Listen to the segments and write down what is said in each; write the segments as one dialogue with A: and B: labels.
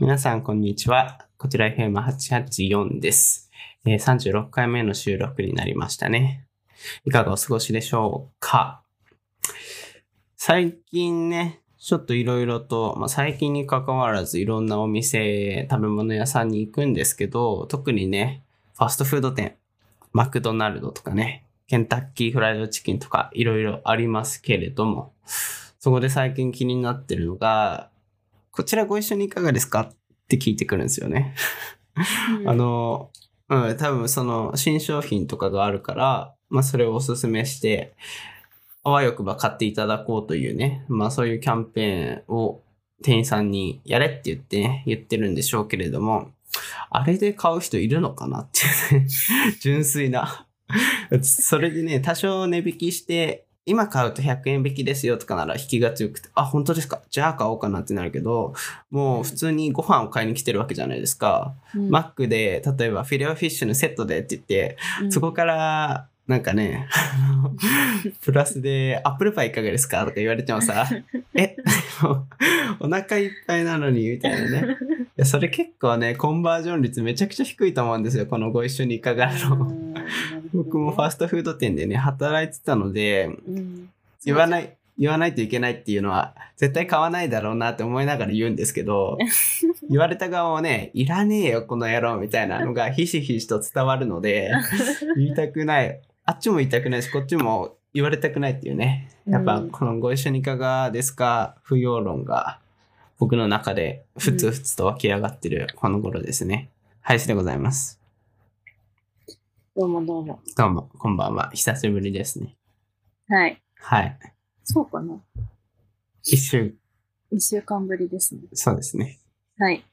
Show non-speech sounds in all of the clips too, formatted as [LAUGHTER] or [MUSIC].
A: 皆さん、こんにちは。こちら FM884 です、えー36回目の収録になりましたね。いかがお過ごしでしょうか最近ね、ちょっといろいろと、まあ、最近に関わらずいろんなお店、食べ物屋さんに行くんですけど、特にね、ファストフード店、マクドナルドとかね、ケンタッキーフライドチキンとかいろいろありますけれども、そこで最近気になってるのが、こちらご一緒にいかがですかって聞いてくるんですよね。あの、うん、多分その新商品とかがあるから、まあそれをおすすめして、あわよくば買っていただこうというね、まあそういうキャンペーンを店員さんにやれって言ってね、言ってるんでしょうけれども、あれで買う人いるのかなっていうね、純粋な。それでね、多少値引きして、今買うと100円引きですよとかなら引きが強くて、あ、本当ですかじゃあ買おうかなってなるけど、もう普通にご飯を買いに来てるわけじゃないですか。
B: うん
A: マックで例えばフィレオフィッシュのセットでって言って、
B: うん
A: そこからなんかねあのプラスで「アップルパイいかがですか?」とか言われても
B: [LAUGHS]
A: さ「えお腹いっぱいなのに」みたいなねいやそれ結構ねコンバージョン率めちゃくちゃ低いと思うんですよこの「ご一緒にいかが?」の。僕もファー
B: ス
A: ストフード店でね働いてたので
B: ト、うん
A: 言わない言わないといけないっていうのは絶対買わないだろうなって思いながら言うんですけ
B: [LAUGHS]
A: ど言われた側もねいらねえよこの野郎みたいなの
B: [LAUGHS]
A: がひしひしと伝わるので言いたくないあっちも言いたくないしこっちも言われたくないっていうねやっぱ
B: うん
A: この「ご一緒にいかがですか?」不要論が僕の中でふつふつと湧き上がってるこの頃ですね林でございます
B: どうもどうも。
A: どうもこんばんは久しぶりですね
B: はい。
A: はい
B: そうかな。
A: 一週
B: 一週間ぶりですね。
A: そうですね
B: はい。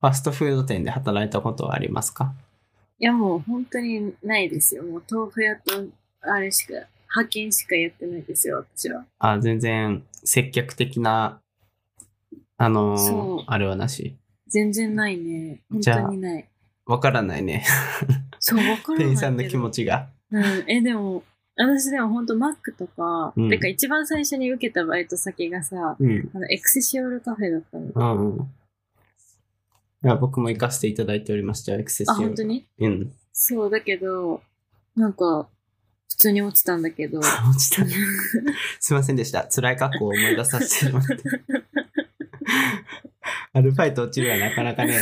A: ファストフード店で働いたことはありますか
B: いやもう本当にないですよ。もう豆腐屋とあれしか、派遣しかやってないですよ、私は。
A: あ全然接客的な、あのー
B: そう
A: あれはなし。
B: 全然ないね。本
A: じゃあ
B: 当にない。
A: わからないね。
B: そう、わからないけど。
A: 店員さんの気持ちが。
B: うん、え、でも、私でも本当マックとか、
A: うん
B: てか一番最初に受けたバイト先がさ、
A: うん。
B: あのエクセシオールカフェだったの。
A: うんうん。いや僕も行かせていただいておりましたよ、エクセシ
B: あ、
A: オ
B: 本当に
A: うん。
B: そうだけど、なんか、普通に落ちたんだ
A: [LAUGHS]
B: けど、
A: 落ち
B: [LAUGHS]
A: た。すいませんでした。辛い格好を思い出させてしまって。アルバイト落ちるはなかなかね、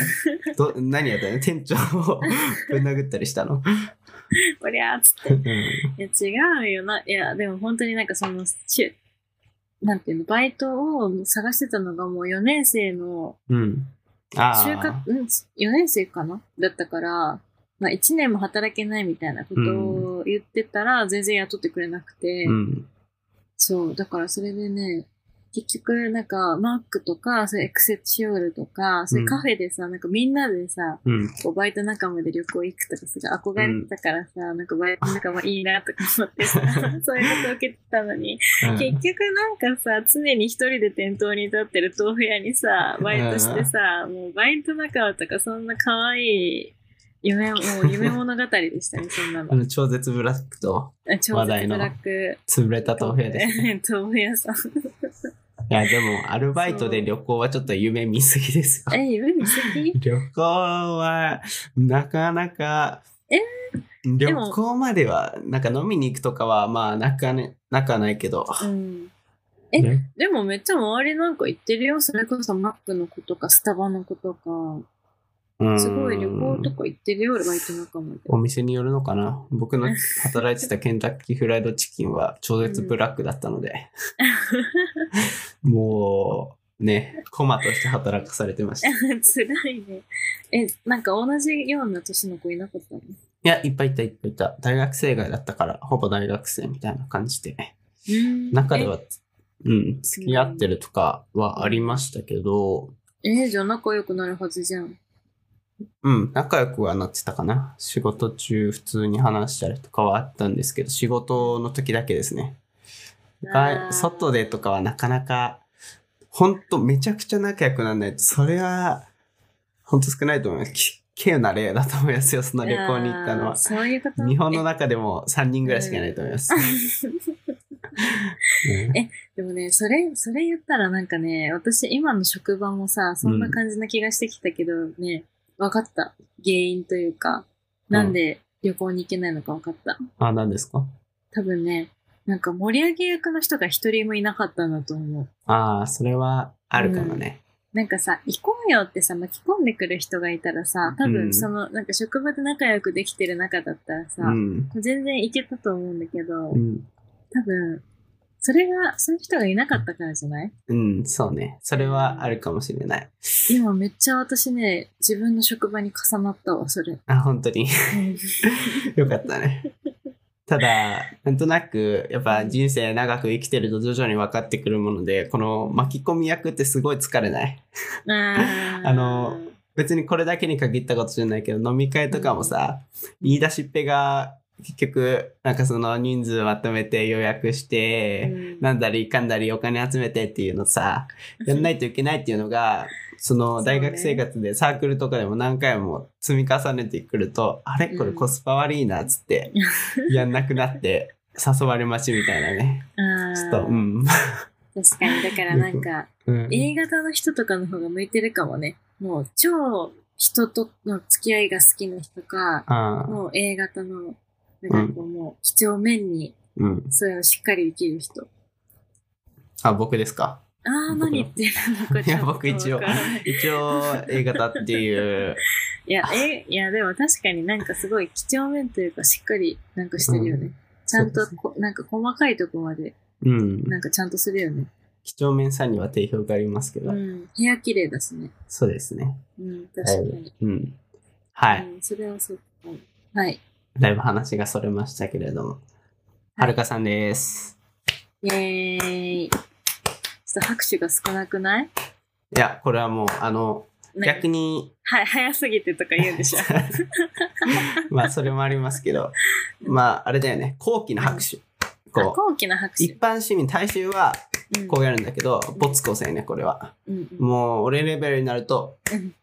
A: ど何やったの店長を [LAUGHS] ぶん殴ったりした
B: [LAUGHS]
A: の。
B: こりゃーっつっ
A: う
B: て。
A: ん
B: いや、違うよな。いや、でも本当になんかその、しなんていうの、バイトを探してたのがもう4年生の、
A: うん。あ
B: 就
A: あ。
B: 活、うん、4年生かなだったから、まあ1年も働けないみたいなことを言ってたら、全然雇ってくれなくて、
A: うん。
B: そう、だからそれでね、結局、なんか、マックとか、そういうエクセシオールとか、そういうカフェでさ、なんかみんなでさ、
A: うん。
B: こうバイト仲間で旅行行くとか、それ憧れてたからさ、なんかバイト仲間いいなとか思っ
A: [LAUGHS]
B: てさ、そういうこと受けてたのに、結局なんかさ、常に一人で店頭に立ってる豆腐屋にさ、バイトしてさ、もうバイト仲間とかそんな可愛い夢、もう夢物語でし
A: [LAUGHS]
B: たね、そんな
A: あ
B: の。
A: の超絶ブラックと
B: 超絶ブラック。
A: 潰れた豆腐屋です。
B: [LAUGHS] 豆腐屋さん。
A: いや、でも、アルバイトで旅行はちょっと夢見すぎですよ。
B: え、夢見す
A: [LAUGHS]
B: ぎ
A: 旅行は、なかなか、
B: え
A: 旅
B: も
A: 行までは、なんか飲みに行くとかは、まあ、なかね、なかないけど。
B: うん。え
A: ね
B: でもめっちゃ周りなんか行ってるよ。それこそマックの子とかスタバの子とか。
A: うん
B: すごい旅行とか行ってるよ、バイト仲間で。
A: お店によるのかな僕の働いてたケンタッキーフライドチキンは超絶ブラックだったの
B: [LAUGHS]
A: で、もうねコマとして働かされてましたい
B: [LAUGHS] 辛いね。え、なんか同じような年の子いなかったの
A: やいっぱいいたいっぱいいた大学生外だったからほぼ大学生みたいな感じで中では、うん、付き合ってるとかはありましたけど、
B: え。え、じゃあ仲良くなるはずじゃん。
A: うん、仲良くはなってたかな。仕事中、普通に話したりとかはあったんですけど、仕事の時だけですね。
B: あー
A: が外でとかはなかなか、ほんとめちゃくちゃ仲良くならないと、それは、ほんと少ないと思います。き稀有な例だと思いますよ、その旅行に行ったの
B: あー
A: は。
B: そういうこと
A: 日本の中でも3人ぐらいしかいないと思います。うん
B: え [LAUGHS] でもね、それ、それ言ったらなんかね、私今の職場もさ、そんな感じな気がしてきたけどね、分かった。原因というか、なんで旅行に行けないのか分かった。
A: あ、何ですか
B: 多分ね、なんか盛り上げ役の人が一人もいなかったんだと思う。
A: ああ、それはあるかもね。
B: なんかさ、行こうよってさ、巻き込んでくる人がいたらさ、多
A: うん
B: 分その、なんか職場で仲良くできてる中だったらさ、
A: うん。
B: 全然行けたと思うんだけど、
A: うん。
B: 多分、それが、そういう人がいなかったからじゃない
A: うん、そうね。それはあるかもしれない。
B: 今めっちゃ私ね、自分の職場に重なったわ、そ
A: [LAUGHS]
B: れ。
A: あ、本当に。よかったね。ただ、なんとなく、やっぱ人生長く生きてると徐々に分かってくるもので、この巻き込み役ってすごい疲れない。
B: あー
A: あの、別にこれだけに限ったことじゃないけど、飲み会とかもさ、言い出しっぺが結局、なんかその人数まとめて予約し
B: う
A: て、
B: ん
A: なんだりかんだりお金集めてっていうのさ、やんないといけないっていうのが、その
B: そう
A: 大
B: ね
A: 学生活でサークルとかでも何回も積み重ねてくると、あれこれコスパ悪いなっつっ
B: [LAUGHS]
A: て、やんなくなって、誘われ待ちみたいなね。
B: あ
A: ちょっ
B: ー
A: と、うん。
B: 確かに、だからなんか、
A: うん、
B: A 型の人とかの方が向いてるかもね。もう、超人との付き合いが好きな人か、
A: あー
B: もう A 型の、なんかこう、もう、几帳面に、
A: うん。
B: それをしっかり生きる人。
A: あ、僕ですか。
B: ああ、
A: 僕の
B: 何言ってるのか
A: [LAUGHS] いや、僕一応
B: わからない、
A: 一応 A 型っていう、
B: いや、え、いや、でも確かになんかすごい几帳面というか、しっかりなんかしてるよね。
A: う
B: ちゃ
A: そ
B: ん
A: う
B: と
A: ですね
B: こ、なんか細かいとこまで、
A: うん。
B: なんかちゃんとするよね。
A: 几帳面さんには定評がありますけど、
B: うん。部屋綺麗だしね。
A: そうですね。
B: うん、確かに。
A: うん。はい。
B: うん、それはそうかも。はい。
A: だいぶ話がそれましたけれども。はるかさんです。
B: イェーイ。ちょっと拍手が少なくない
A: いや、これはもう、あの、
B: なんか
A: 逆に、
B: は、早すぎてとか言うんでしょ。
A: ま
B: [LAUGHS]
A: あ、それもありますけど、まあ、あれだよね、後期の拍手。
B: あ
A: [LAUGHS] こ
B: 高貴な拍
A: う、一
B: 手。
A: 般市民大衆は
B: うん
A: こうやるんだけど、ボツ構成ね、これは。
B: うんうん
A: もう、俺レベルになると、
B: うん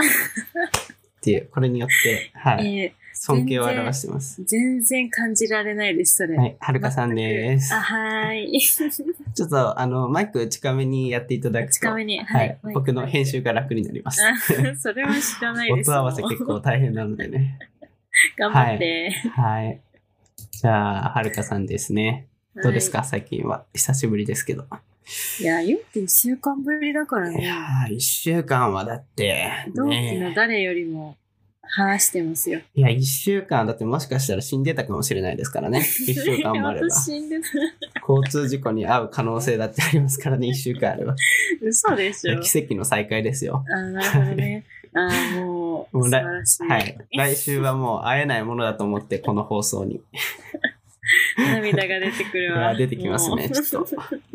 A: っていう、これによって、はい、
B: え
A: 尊敬を表してます。
B: ー全然感じられないです、それ。
A: はい、はるかさんです
B: あ、。は
A: [LAUGHS]
B: ーい。
A: ちょっと、あの、マイク近めにやっていただくと、
B: 近
A: は
B: めに。
A: い、僕の編集が楽になります。
B: あそれは知らないです。
A: 音合 [LAUGHS] わせ
B: もう
A: 結構大変なのでね。
B: 頑張って。
A: はい。じゃあ、はるかさんですね。どうですか、最近は。久しぶりですけど。
B: はいいや、言って1週間ぶりだから
A: い
B: ね。
A: やー、一週間はだって、
B: 同期の
A: ね
B: 誰よりも話してますよ。
A: いや、一週間だってもしかしたら死んでたかもしれないですから [LAUGHS] ね。一週間もあれば。
B: [LAUGHS] 私死んでた。
A: 交通事故に遭う可能性だってあります [LAUGHS] からね、一週間あれば。
B: 嘘でしょ。
A: 奇跡の再会ですよ。
B: あなるほどね。あもう、
A: もう
B: 素
A: ら
B: 晴らしい。
A: はい。来週はもう会えないものだと思って、この放送に。
B: 涙が出てくる
A: うわ
B: わ。
A: 出てきますね
B: もう
A: ちょっ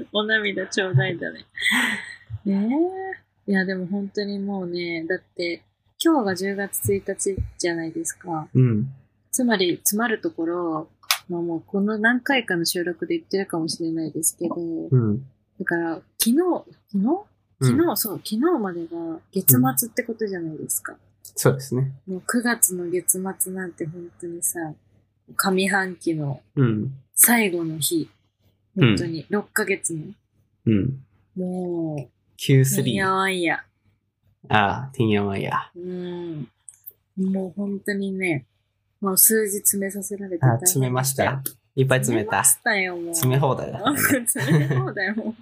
B: [LAUGHS] お涙ちょうだいだね。ねえ。いや、でも本当にもうね、だって、今日が10月1日じゃないですか。
A: うん。
B: つまり、詰まるところ、まあもうこの何回かの収録で言ってるかもしれないですけど、
A: うん。
B: だから、昨日、昨日
A: うん
B: 昨日、そう、昨日までが月末ってことじゃないですか。
A: そうですね。
B: もう9月の月末なんて本当にさ、上半期の
A: うん。
B: 最後の日。
A: うん
B: 本当に、6ヶ月の。
A: うん。
B: もう、てん
A: Q3。
B: や
A: あ
B: わんや。
A: あー、てんやわんや。
B: うん。もう本当にね、もう数日詰めさせられて
A: あ、詰めました。。いっぱい詰めた。
B: 詰めましたよ、もう。
A: 詰め放題だったね。 [LAUGHS]
B: 詰 [LAUGHS] め放題もう。本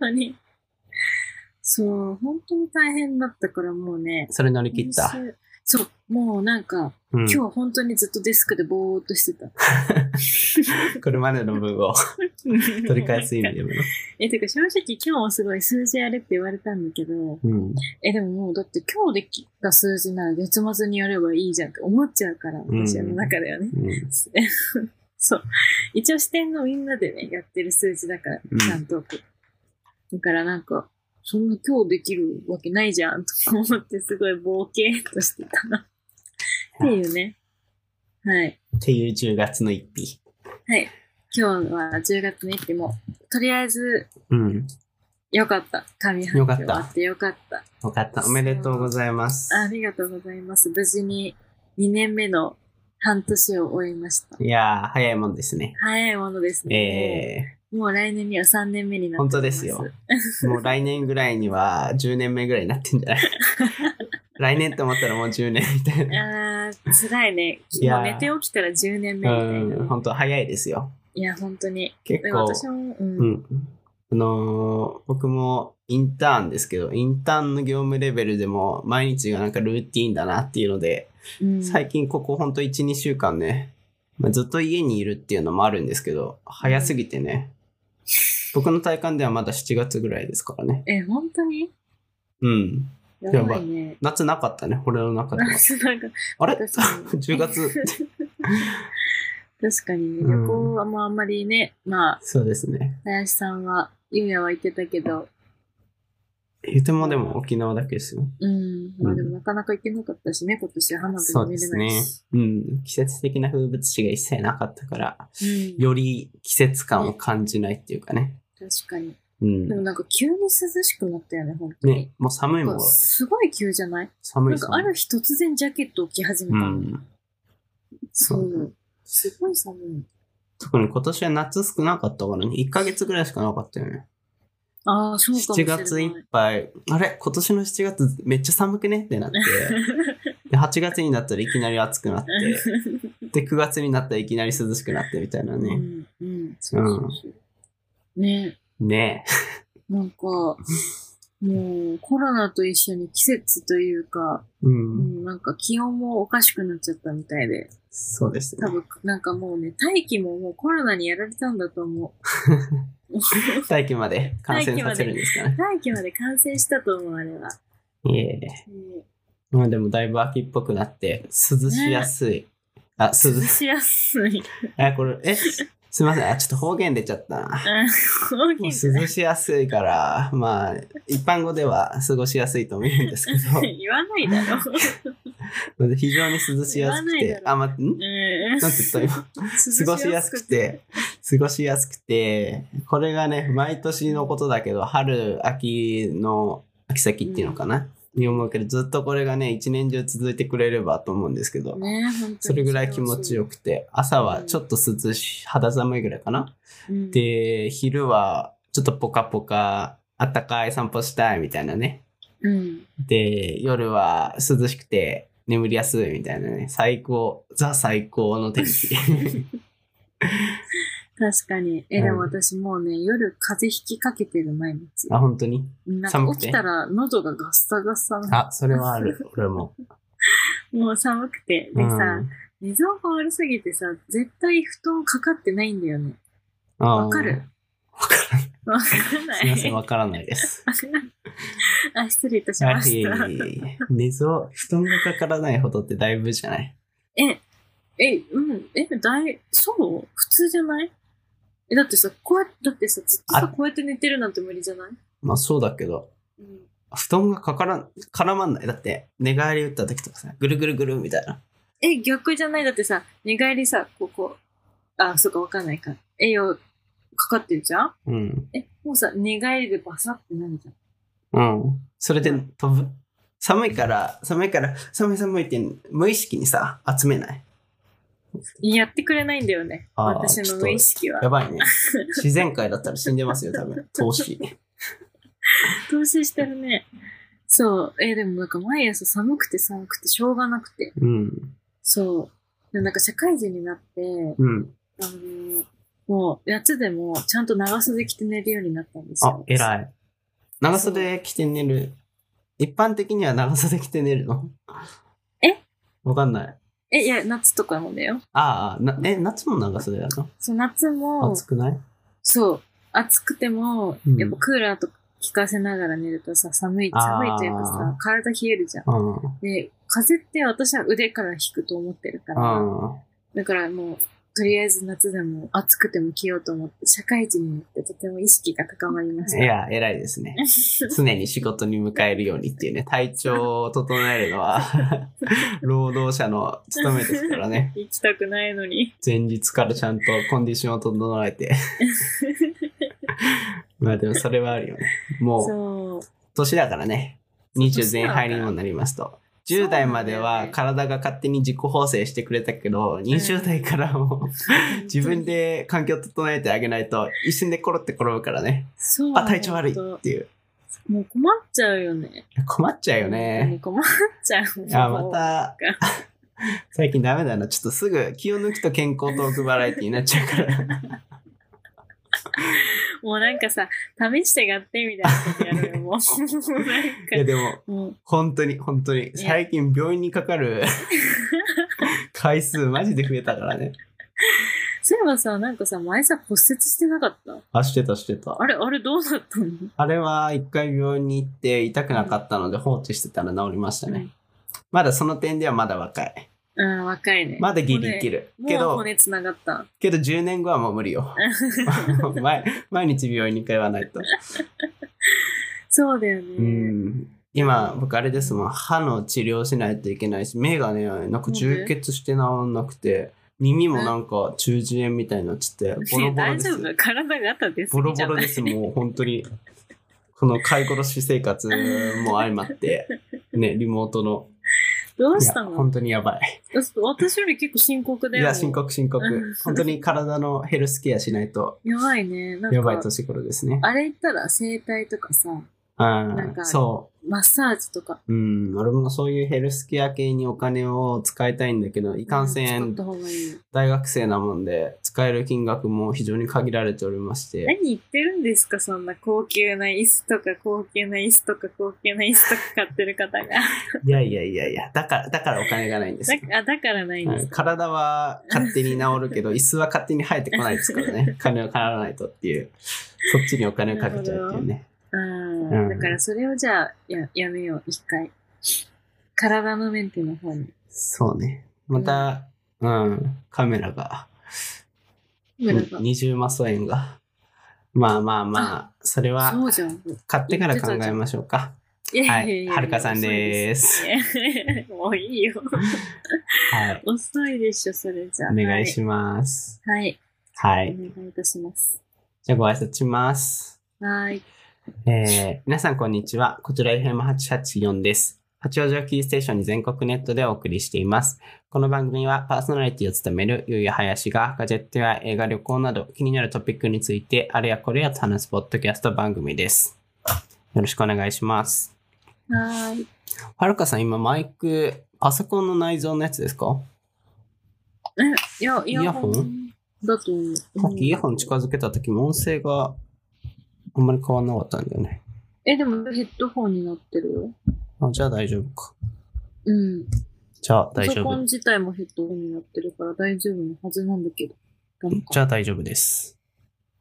B: 当に。そう、本当に大変だったからもうね。
A: それ乗り切った。
B: 編集そう、もうなんか、
A: うん。
B: 今日本当にずっとデスクでぼーっとしてた。
A: これまでの分 [LAUGHS] を取り返す意味でもね。
B: [LAUGHS] え、てか正直今日もすごい数字やれって言われたんだけど、
A: うん。
B: え、でももうだって今日できた数字なら月末にやればいいじゃんって思っちゃうから、
A: ん
B: 私の中ではね。 [LAUGHS]
A: うん。
B: そう。一応視点のみんなでね、やってる数字だから、
A: うん
B: ちゃんと。だからなんか、そんな今日できるわけないじゃんとか思ってすごい冒険としてたな。っていうね。はい。
A: っていう10月の一日。
B: はい。今日は10月の一日も、とりあえず、
A: うん。
B: よかった。上半期
A: よかった
B: 終わってよかった。
A: よかった。おめでとうございます。
B: ありがとうございます。無事に2年目の半年を終えました。
A: いやー、早いもんですね。
B: 早いものですね。
A: え
B: もう来年には3年目になって
A: 本当ですよ。もう来年ぐらいには10年目ぐらいになってんじゃ
B: [LAUGHS]
A: ない来年と思ったらもう10年みたいな。
B: あー、辛いね。
A: いや
B: も
A: ー
B: う寝て起きたら10年目みたいな。
A: うん、本当早いですよ。
B: いや、本当に。
A: 結
B: でも
A: 構、
B: 私も、
A: う
B: う。
A: んん。あのー僕もインターンですけど、インターンの業務レベルでも毎日がなんかルーティーンだなっていうので、
B: うん
A: 最近ここほんと1、2週間ね、まあずっと家にいるっていうのもあるんですけど、早すぎてね、僕の体感ではまだ7月ぐらいですからね。
B: え、本当に
A: うん。
B: やばいね。
A: 夏なかったね、俺の中では。
B: なんか、
A: あれ
B: 確かに。
A: ?10 月。
B: [LAUGHS] 確かにね、
A: うん
B: 旅行はもうあんまりね、まあ、
A: そうですね。
B: 林さんは、ゆうやは行ってたけど、
A: 言ってもでも沖縄だけですよ。
B: うん、まあでもなかなか行けなかったしね、今年は花火
A: そ
B: も
A: うで
B: 見れ
A: す
B: ない
A: ね
B: し。。
A: うん。季節的な風物詩が一切なかったから、
B: うん
A: より季節感を感じないっていうかね。
B: 確かに。
A: う
B: でも
A: ん。
B: なんか急に涼しくなったよね、本当に。
A: ね、もう寒い
B: な
A: も
B: ん
A: ん
B: か。すごい急じゃない
A: 寒
B: ないんかある日突然ジャケットを着始め
A: う
B: たの。
A: ん。
B: そ
A: そう
B: う。すごい寒い。
A: 特に今年は夏少なかったからね。1ヶ月ぐらいしかなかったよね。
B: ああ、そうかもし
A: 7
B: れない。
A: 月いっぱい、あれ今年の7月めっちゃ寒くねって
B: [LAUGHS]
A: なって、で8月になったらいきなり暑くなって、で9月になったらいきなり涼しくなってみたいな
B: う
A: ね。
B: ん、うん、そうそうそう。ね
A: ね
B: なんか、もうコロナと一緒に季節というか、
A: え。う。
B: うんん、なんか気温もおかしくなっちゃったみたいで、
A: そうです
B: 多
A: ね。
B: 分なんかもうね、大気ももうコロナにやられたんだと思う。
A: 大気まで感染させるんですかね。
B: 大気まで感染したと思う、あれは。
A: いえいえ。
B: うん
A: まあでもだいぶ秋っぽくなって、涼しやすい。あ、涼
B: 涼
A: し
B: しやすい。
A: あ、これ、え、すいません。あ、ちょっと方言出ちゃったな。
B: 大
A: もう
B: きい
A: 涼しやすいから、まあ、一般語では過ごしやすいと思うんですけ
B: 言わないだろ。
A: ど、非常に涼しやすく
B: 言わないだ
A: て、
B: ろ
A: あ、ま、んなんて
B: うん
A: 言った [LAUGHS] 今。過ごしやすく。て、過ごしやすくて、これがね、毎年のことだけど、春、秋の、秋先っていうのかな、に思うけど、ずっとこれがね、一年中続いてくれればと思うんですけど、
B: ね本当に
A: それぐらい気持ちよくて、朝はちょっと涼しい、肌寒いぐらいかな
B: うん
A: で、昼はちょっとポカポカ、あったかい散歩したいみたいなね。
B: うん。
A: で、夜は涼しくて眠りやすいみたいなね。最高、ザ最高の天
B: [LAUGHS]
A: 気。
B: 確かに。え、でも私もうね、夜風邪ひきかけてる毎日。
A: あ、本当に
B: なん
A: 寒
B: か
A: くて
B: 起きたら喉がガッサガッサな。
A: あ、それはあ
B: [LAUGHS]
A: る。俺も。
B: もう寒くて。
A: う
B: で
A: ん、
B: さ、寝相が悪すぎてさ、絶対布団かかってないんだよね。
A: わ
B: わかる
A: わからない。
B: わからな
A: すみません、
B: い。
A: わからないです。
B: [LAUGHS] あ、失礼いたしま
A: あいえ
B: し
A: いえ
B: た。
A: いえいえ寝相、布団がかからないほどってだいぶじゃない。
B: え、え、うん、え、だい、そう普通じゃないえ、だってさ、こうやって、だってさ、ずっと
A: あ
B: さ、こうやって寝てるなんて無理じゃない
A: まあそうだけど、
B: うん。
A: 布団がかからん、絡まんない。だって、寝返り打った時とかさ、ぐるぐるぐるみたいな。
B: え、逆じゃないだってさ、寝返りさ、ここ、あ、そうか、わかんないか。栄養かかってるじゃん
A: うん。
B: え、もうさ、寝返りでバサってなるじゃん。
A: うん。それで飛ぶ。寒いから、寒いから、寒い寒いって無意識にさ、集めない。
B: やってくれないんだよね。
A: あー
B: 私の無意識は
A: や。ばい [LAUGHS] ね。自然界だったら死んでますよ、多分。投資。
B: 投資してるね。そう。え、でもなんか毎朝寒くて寒くてしょうがなくて。
A: うん。
B: そう。でもなんか社会人になって、
A: うん。
B: あのーもう夏でもちゃんと長袖着て寝るようになったんです
A: あ
B: よ、。い。
A: 偉い。長袖着て寝る。一般的には長袖着て寝るの
B: え
A: わかんない。
B: え、いや、夏とかもだよ。
A: ああ、なえ、夏も長袖だの
B: そう、夏も
A: 暑、くない
B: そう、暑くても
A: うん、
B: やっぱクーラーとか効かせながら寝るとさ、寒い、
A: あー
B: 寒いというかさ、体冷えるじゃん。
A: うん。う
B: で、風って私は腕から引くと思ってるから、
A: ん。
B: だからもう、とりあえず夏でも暑くても着ようと思って、社会人になってとても意識が高まりまし
A: い
B: [LAUGHS] た。
A: や、偉いですね。常に仕事に迎えるようにっていうね、体調を整えるの
B: [LAUGHS]
A: は、労働者の務めですからね。
B: [LAUGHS] 行きたくないのに。
A: 前日からちゃんとコンディションを整え
B: [LAUGHS]
A: て。まあでもそ [LAUGHS] れはあるよね。もう、
B: そう。
A: 年だからね、20前半にもなりますと、 10代までは体が勝手に自己縫製してくれたけど、20代からはもう自分で環境整えてあげないと一瞬でコロって転ぶからね。
B: そう
A: あ、体調悪いっていう。
B: もう困っちゃうよね。
A: 困っちゃうよね。
B: 困っちゃう。
A: あ、また。最近ダメだな。ちょっとすぐ気を抜くと健康トークバラエティになっちゃう
B: [LAUGHS]
A: から。
B: もうなんかさ、試してやってみたいなことやるよ、もう。もうな
A: [LAUGHS]
B: ん
A: いや
B: か、
A: でも、
B: もう、
A: 本当に本当に。
B: ね
A: 最近病院にかか
B: [LAUGHS]
A: る回数マジで増えたからね。
B: そういえばさ、なんかさ、前さ、骨折してなかった
A: あ、してたしてた。
B: あれ、あれどうだったの
A: あれは一回病院に行って痛くなかったので放置してたら治りましたね。まだその点ではまだ若い。
B: うん、若いね。
A: まだギリいける。
B: もう
A: け
B: ねもう
A: ど、
B: 骨つながった。 [LAUGHS]
A: けど10年後はもう無理よ。毎毎日病院に通わないと。
B: そうだよ
A: う
B: ね。
A: ん。今、僕あれですもん。歯の治療しないといけないし、目がね、なんか充血して治んなくて、耳もなんか中耳炎みたいになっちゃって、ボロボ
B: ね
A: ロ
B: 大
A: で
B: 丈
A: す。
B: 夫体があったです
A: ボロボロ
B: じゃ
A: です、もう本当に。この飼い殺し生活も相まって、
B: [LAUGHS]
A: ね、リモートの。
B: あどう
A: い
B: し
A: や
B: たの
A: 本当にやばい。
B: 私より結構深刻
A: い
B: だよ。
A: や、深。刻深刻。本当に体のヘルスケアしないと、
B: やばいね。なんか、
A: やばい年頃ですね。
B: あれ言ったら整体とかさ、
A: あ
B: なん
A: あ、
B: か
A: そ
B: マッサージとか。
A: う。うん、俺もそういうヘルスケア系にお金を使いたいんだけど、いかんせ
B: うん
A: ん
B: 使った方がいいよ
A: 大学生なもんで、使える金額も非常に限られておりまして、
B: 何言ってるんですかそんな高級な椅子とか高級な椅子とか高級な椅子とか買ってる方が。
A: [LAUGHS] いやいやいやいや、だから、だからお金がないんですよ。
B: だあだからないん
A: は
B: です
A: い
B: か、
A: 体は勝手に治る [LAUGHS] けど、椅子は勝手に生えてこないですから [LAUGHS] ね。金を払わないとっていう。そっちにお金をかけちゃうっていうね。
B: う
A: う
B: ん
A: ん
B: だからそれをじゃあややめよう、一回。体のメンテの方に。
A: そうね。また、うん、カメラが、
B: 無駄が
A: 二重マス円が。まあまあまあ、それは
B: そうじゃん。
A: 買ってから考えましょうか。
B: いや
A: はい
B: やや
A: い。
B: や
A: はるかさんで。
B: 遅
A: す。
B: いですもういいよ。
A: はい。
B: 遅いでしょ、それじゃあ。
A: お願いします。
B: はい。はい。
A: はい。
B: お願いいたします。
A: じゃあご挨拶します。
B: はい。
A: えー皆さんこんにちは。こちら FM884 です。八王子をキーステーションに全国ネットでお送りしています。この番組はパーソナリティを務めるゆうやはやしがガジェットや映画、旅行など気になるトピックについてあれやこれやと話すポッドキャスト番組です。よろしくお願いします。
B: はい。
A: はるかさん今マイク、パソコンの内蔵のやつですか
B: え、いや、イヤ
A: イ
B: ホ
A: ヤホ
B: ンだと思う。
A: さっきイヤホン近づけた時も音声があんまり変わんなかったんだよね。
B: え、でもヘッドホンになってるよ。
A: あじゃあ大丈夫か。
B: うん。
A: じゃあ
B: パ
A: 大
B: ソ
A: 丈
B: コン
A: 夫。
B: 自体もヘッドホンになってるから大丈夫のはずなんだけど。ダメか
A: じゃあ大丈夫です。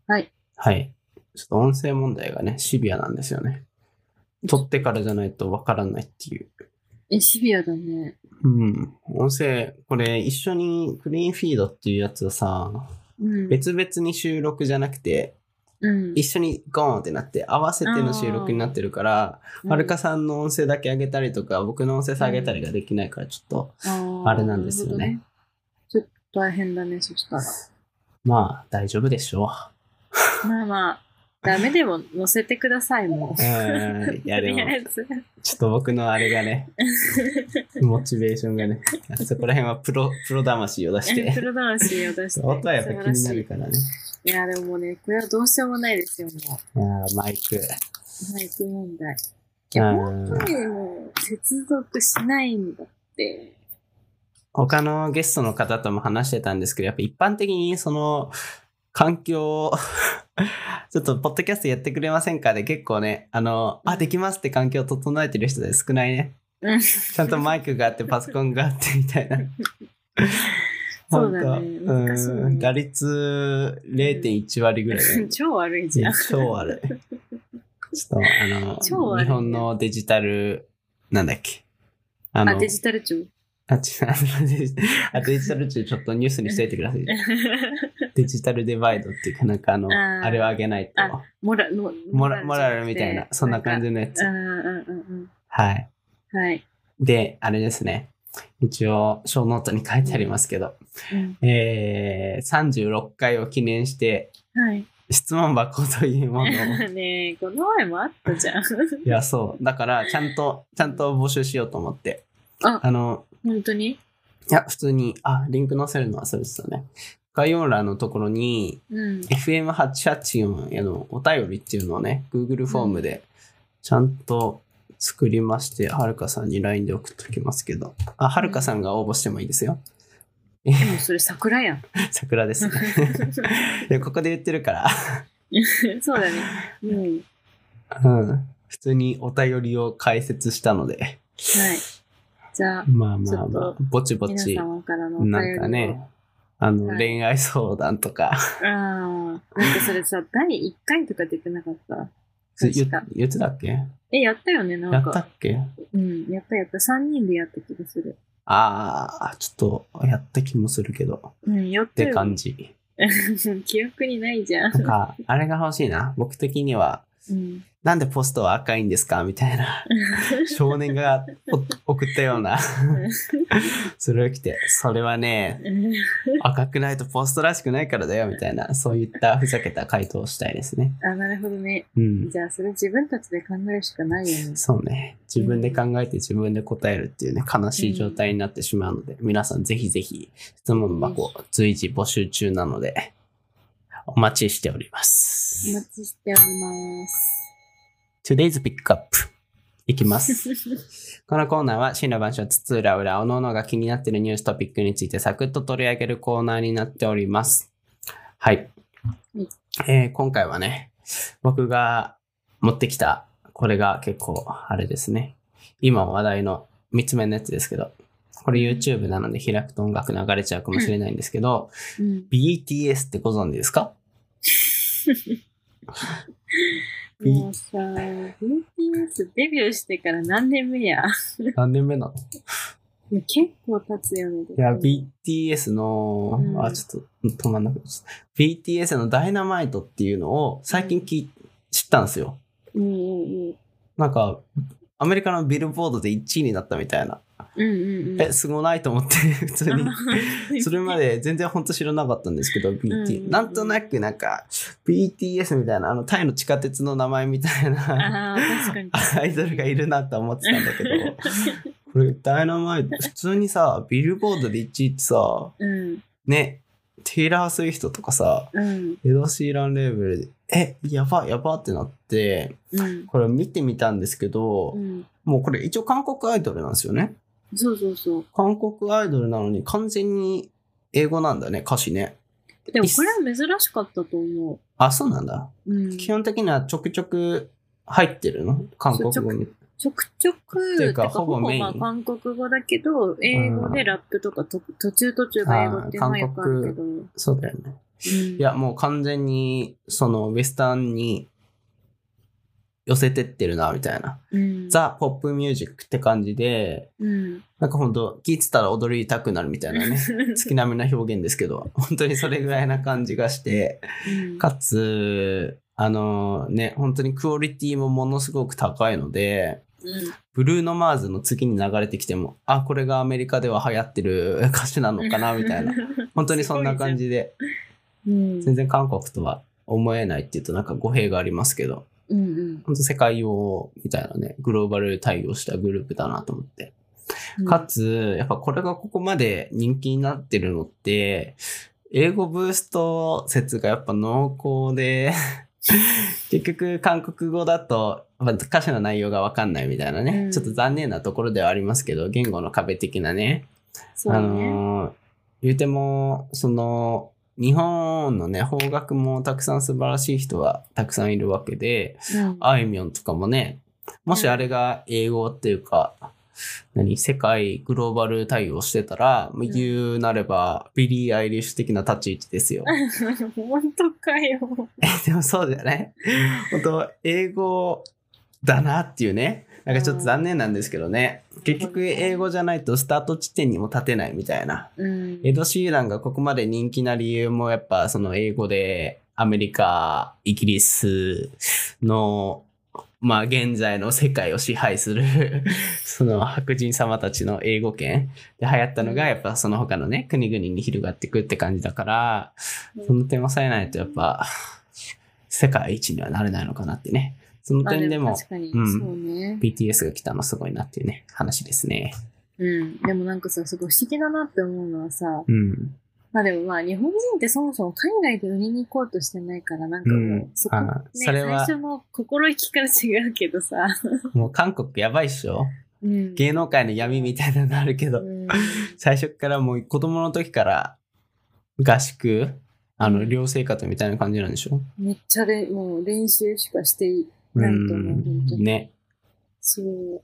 B: はい。
A: はい。ちょっと音声問題がね、シビアなんですよね。撮ってからじゃないとわからないっていう。
B: え、シビアだね。
A: うん。音声、これ一緒にクリーンフィードっていうやつをさ、
B: うん。
A: 別々に収録じゃなくて、
B: うん
A: 一。緒にゴーンってなって、合わせての収録になってるから、はるかさんの音声だけ上げたりとか、僕の音声下げたりができないから、ちょっと、
B: うん
A: あれなんですよね。
B: なるほどねちょっと大変だね、そしたら。
A: まあ、大丈夫でしょ
B: まあまあ、ダメでも載せてください、も
A: う。う
B: う。
A: [LAUGHS] ん。いや、
B: と
A: で
B: りあ
A: も、
B: えず。
A: ちょっと僕のあれが
B: [LAUGHS]
A: ね、モチベーションがね、そこら辺はプロ、プロ魂を出し
B: [LAUGHS] プ
A: て。
B: ロ魂を出して。
A: 音はやっぱ気になる
B: 素晴
A: からね。
B: らしい。いや、でももうね、これはどうしようもないですよ、も
A: いやーマイク。
B: う。マイク問題。いや、本
A: うん
B: 当にもう、接続しないん
A: [LAUGHS]
B: だって。
A: 他のゲストの方とも話してたんですけど、やっぱ一般的にその、環境を [LAUGHS] ちょっと、ポッドキャストやってくれませんかで結構ね、あの、あ、できますって環境を整えてる人で少ないね。
B: うん
A: ちゃんとマイクがあって、パソコンがあってみたいな。
B: [LAUGHS] そうだね
A: 本
B: 難しい
A: 当
B: ね
A: うん。打率0.1割ぐらいだね
B: [LAUGHS] 超悪いじゃん。
A: 超悪い。ちょっと、あの、
B: 超悪い
A: 日本のデジタル、なんだっけ。あ
B: あ、
A: の、
B: デジタル庁。 [LAUGHS]
A: あ違うあのデジあデジタル中ちょっとニュースにしといてく
B: [LAUGHS]
A: ださい。デジタルデバイドっていうか、なんかあの、
B: あー
A: あれを上げないと。
B: あモラの
A: モラモラルみたいな、そんな感
B: じ
A: じのやつ
B: ゃ。なくて。なんかうんうんうん
A: はい。
B: うん。はい。
A: で、あれですね。一応、小ノートに書いてありますけど、
B: うん
A: えー、36回を記念して、
B: はい。
A: 質問箱というものを、
B: ね
A: [LAUGHS]
B: え、この前もあったじゃん。 [LAUGHS]
A: いや、そう。だから、ちゃんと、ちゃんと募集しようと思って。
B: あ
A: あの、
B: 本当に
A: いや、普通に、あ、リンク載せるの忘れてたね。概要欄のところに、
B: うん。
A: FM884 へのお便りっていうのをね、Google フォームでちゃんと作りまして、はるかさんに LINE で送っときますけど、あ、はるかさんが応募してもいいですよ。 [LAUGHS]
B: でもそれ桜やん。
A: 桜ですね。
B: [LAUGHS]
A: いやここで言ってるから、
B: そうだね。うん。
A: うん。普通にお便りを解説したので、
B: はい。じゃあ、
A: まあまあま
B: ちょ
A: あ
B: っ、
A: ぼちぼ
B: 皆
A: ち、
B: 様からのお便りを。
A: なんかね、あの、
B: はい
A: 恋愛相談とか、
B: ああ、なんかそれさ、第1回とか出てなかった。
A: 言
B: 確か
A: 言ってたっけ
B: え、やったよね、
A: や
B: なん
A: った
B: か。
A: っけ
B: うん、やったやった。3人でやった気がする。
A: ああ、ちょっとやった気もするけど、
B: うん、やっ
A: ったて
B: よ。
A: 感じ。
B: [LAUGHS] 記憶にないじゃん
A: な。んか、あれが欲しいな。僕的には、
B: うん。
A: なんでポストは赤いんですかみたいな。少年がお送ったような。それを着て、それはね、赤くないとポストらしくないからだよ、みたいな。そういったふざけた回答をしたいですね。
B: あ、なるほどね。
A: うん。
B: じゃあ、それ自分たちで考えるしかないよね。
A: そうね。自分で考えて自分で答えるっていうね、悲しい状態になってしまうので、皆さんぜひぜひ質問箱随時募集中なので、お待ちしておりま
B: お
A: す。
B: 待ちしております。
A: Today's Pickup いきます。このコーナーは、新羅万象つつらうら、おののが気になっているニューストピックについてサクッと取り上げるコーナーになっております。はい。
B: うん
A: えー今回はね、僕が持ってきた、これが結構、あれですね。今話題の3つ目のやつですけど、これ YouTube なので開くと音楽流れちゃうかもしれないんですけど、
B: うん。
A: BTS ってご存知ですか
B: もうさ、BTS デビューしてから何年目や。
A: 何年目なの
B: もう結構経つよね。
A: いや、BTS の、
B: うん
A: あ、ちょっと止まんなくなっちゃった。BTS のダイナマイトっていうのを最近き、知ったんですよ。
B: うんうんうん。
A: なんか、アメリカのビルボードで1位になったみたいな。
B: うんうんうん。
A: え、すごないと思って、 [LAUGHS] 普通に。
B: [LAUGHS]
A: それま
B: で。
A: で全然ほんと知らなかったんですけど、
B: うんう
A: BT。
B: ん
A: なんとなくなんか、BTS みたいな、あの、タイの地下鉄の名前みたいな、
B: ああ、確かに。
A: アイドルがいるなと思ってたんだけど、これダイナマイト、普通にさ、ビルボードで1位ってさ、
B: うん
A: ね、テイラー・スウィフトとかさ、
B: うん
A: エド・シーランレーベルで、え、やばやばってなって、
B: うん
A: これ見てみたんですけど、
B: うん。
A: もうこれ一応韓国アイドルなんですよね。
B: そうそうそう。
A: 韓国アイドルなのに完全に英語なんだね、歌詞ね。
B: でもこれは珍しかったと思
A: あ、そうなんだ。
B: う。うん。
A: 基本的にはちょくちょく入ってるの韓国語に。
B: ちょくちょく、
A: てい
B: て
A: うか
B: か
A: ほ
B: ほ
A: ぼ
B: ぼ
A: メイン
B: まあ韓国語だけど、英語でラップとかと途中途中が英語っていうのはよくあるけど。うん
A: そうだよね。いや、もう完全に、その、ウェスタンに寄せてってるな、みたいな。
B: うん、
A: ザ・ポップミュージックって感じで、
B: うん、
A: なんかほんと、聞いてたら踊りたくなるみたいなね、好きなみな表現ですけど、本当にそれぐらいな感じがして、
B: うん
A: かつ、あのね、本当にクオリティもものすごく高いので、
B: うん
A: ブルーノ・マーズの次に流れてきても、あ、これがアメリカでは流行ってる歌手なのかな、みたい
B: [LAUGHS]
A: な。。本当にそんな感じで、
B: うん、
A: 全然韓国とは思えないって言うとなんか語弊がありますけど、
B: うん
A: 本当世界を、みたいなね、グローバル対応したグループだなと思って。
B: うん、
A: かつ、やっぱこれがここまで人気になってるのって、英語ブースト説がやっぱ濃厚で、 [LAUGHS] 結局韓国語だと、やっぱ歌詞の内容がわかんないみたいなね、
B: うん
A: ちょっと残念なところではありますけど、言語の壁的なね、
B: そう
A: あ
B: ね。
A: のー言うても、その、日本のね、邦楽もたくさん素晴らしい人がたくさんいるわけで、
B: うん
A: あいみょんとかもね、もしあれが英語っていうか、何、世界グローバル対応してたら、
B: ん
A: 言うなれば、ビリー・アイリッシュ的な立ち位置ですよ。
B: 本当かよ。
A: [LAUGHS] でもそうじゃない本当、英語だなっていうね。なんかちょっと残念なんですけどね。結局、英語じゃないとスタート地点にも立てないみたいな。
B: うん
A: エド・シーランがここまで人気な理由もやっぱその英語でアメリカ、イギリスの、まあ現在の世界を支配する、 [LAUGHS] その白人様たちの英語圏で流行ったのがやっぱその他のね、国々に広がっていくって感じだから、その点を抑えないとやっぱ世界一にはなれないのかなってね。その
B: あ
A: 点でも
B: 確かに、
A: うん
B: そうね。
A: BTS が来たのすごいなっていうね、話ですね。
B: うん。でもなんかさ、すごい不思議だなって思うのはさ、
A: うん。
B: まあでもまあ日本人ってそもそも海外で売りに行こうとしてないから、なんか
A: う
B: もう、
A: ん。
B: そこ、ね、
A: あそ
B: 最
A: れは
B: 初、の心意気から違うけど
A: [LAUGHS]
B: さ、
A: もう韓国やばいっしょ
B: うん。
A: 芸能界の闇みたいなのあるけど、
B: うん
A: 最初からもう子供の時から合宿、あの、寮生活みたいな感じなんでしょ
B: めっちゃれもう練習しかしていな
A: う
B: いと思う、本当
A: ん。
B: に。
A: ね。
B: そう。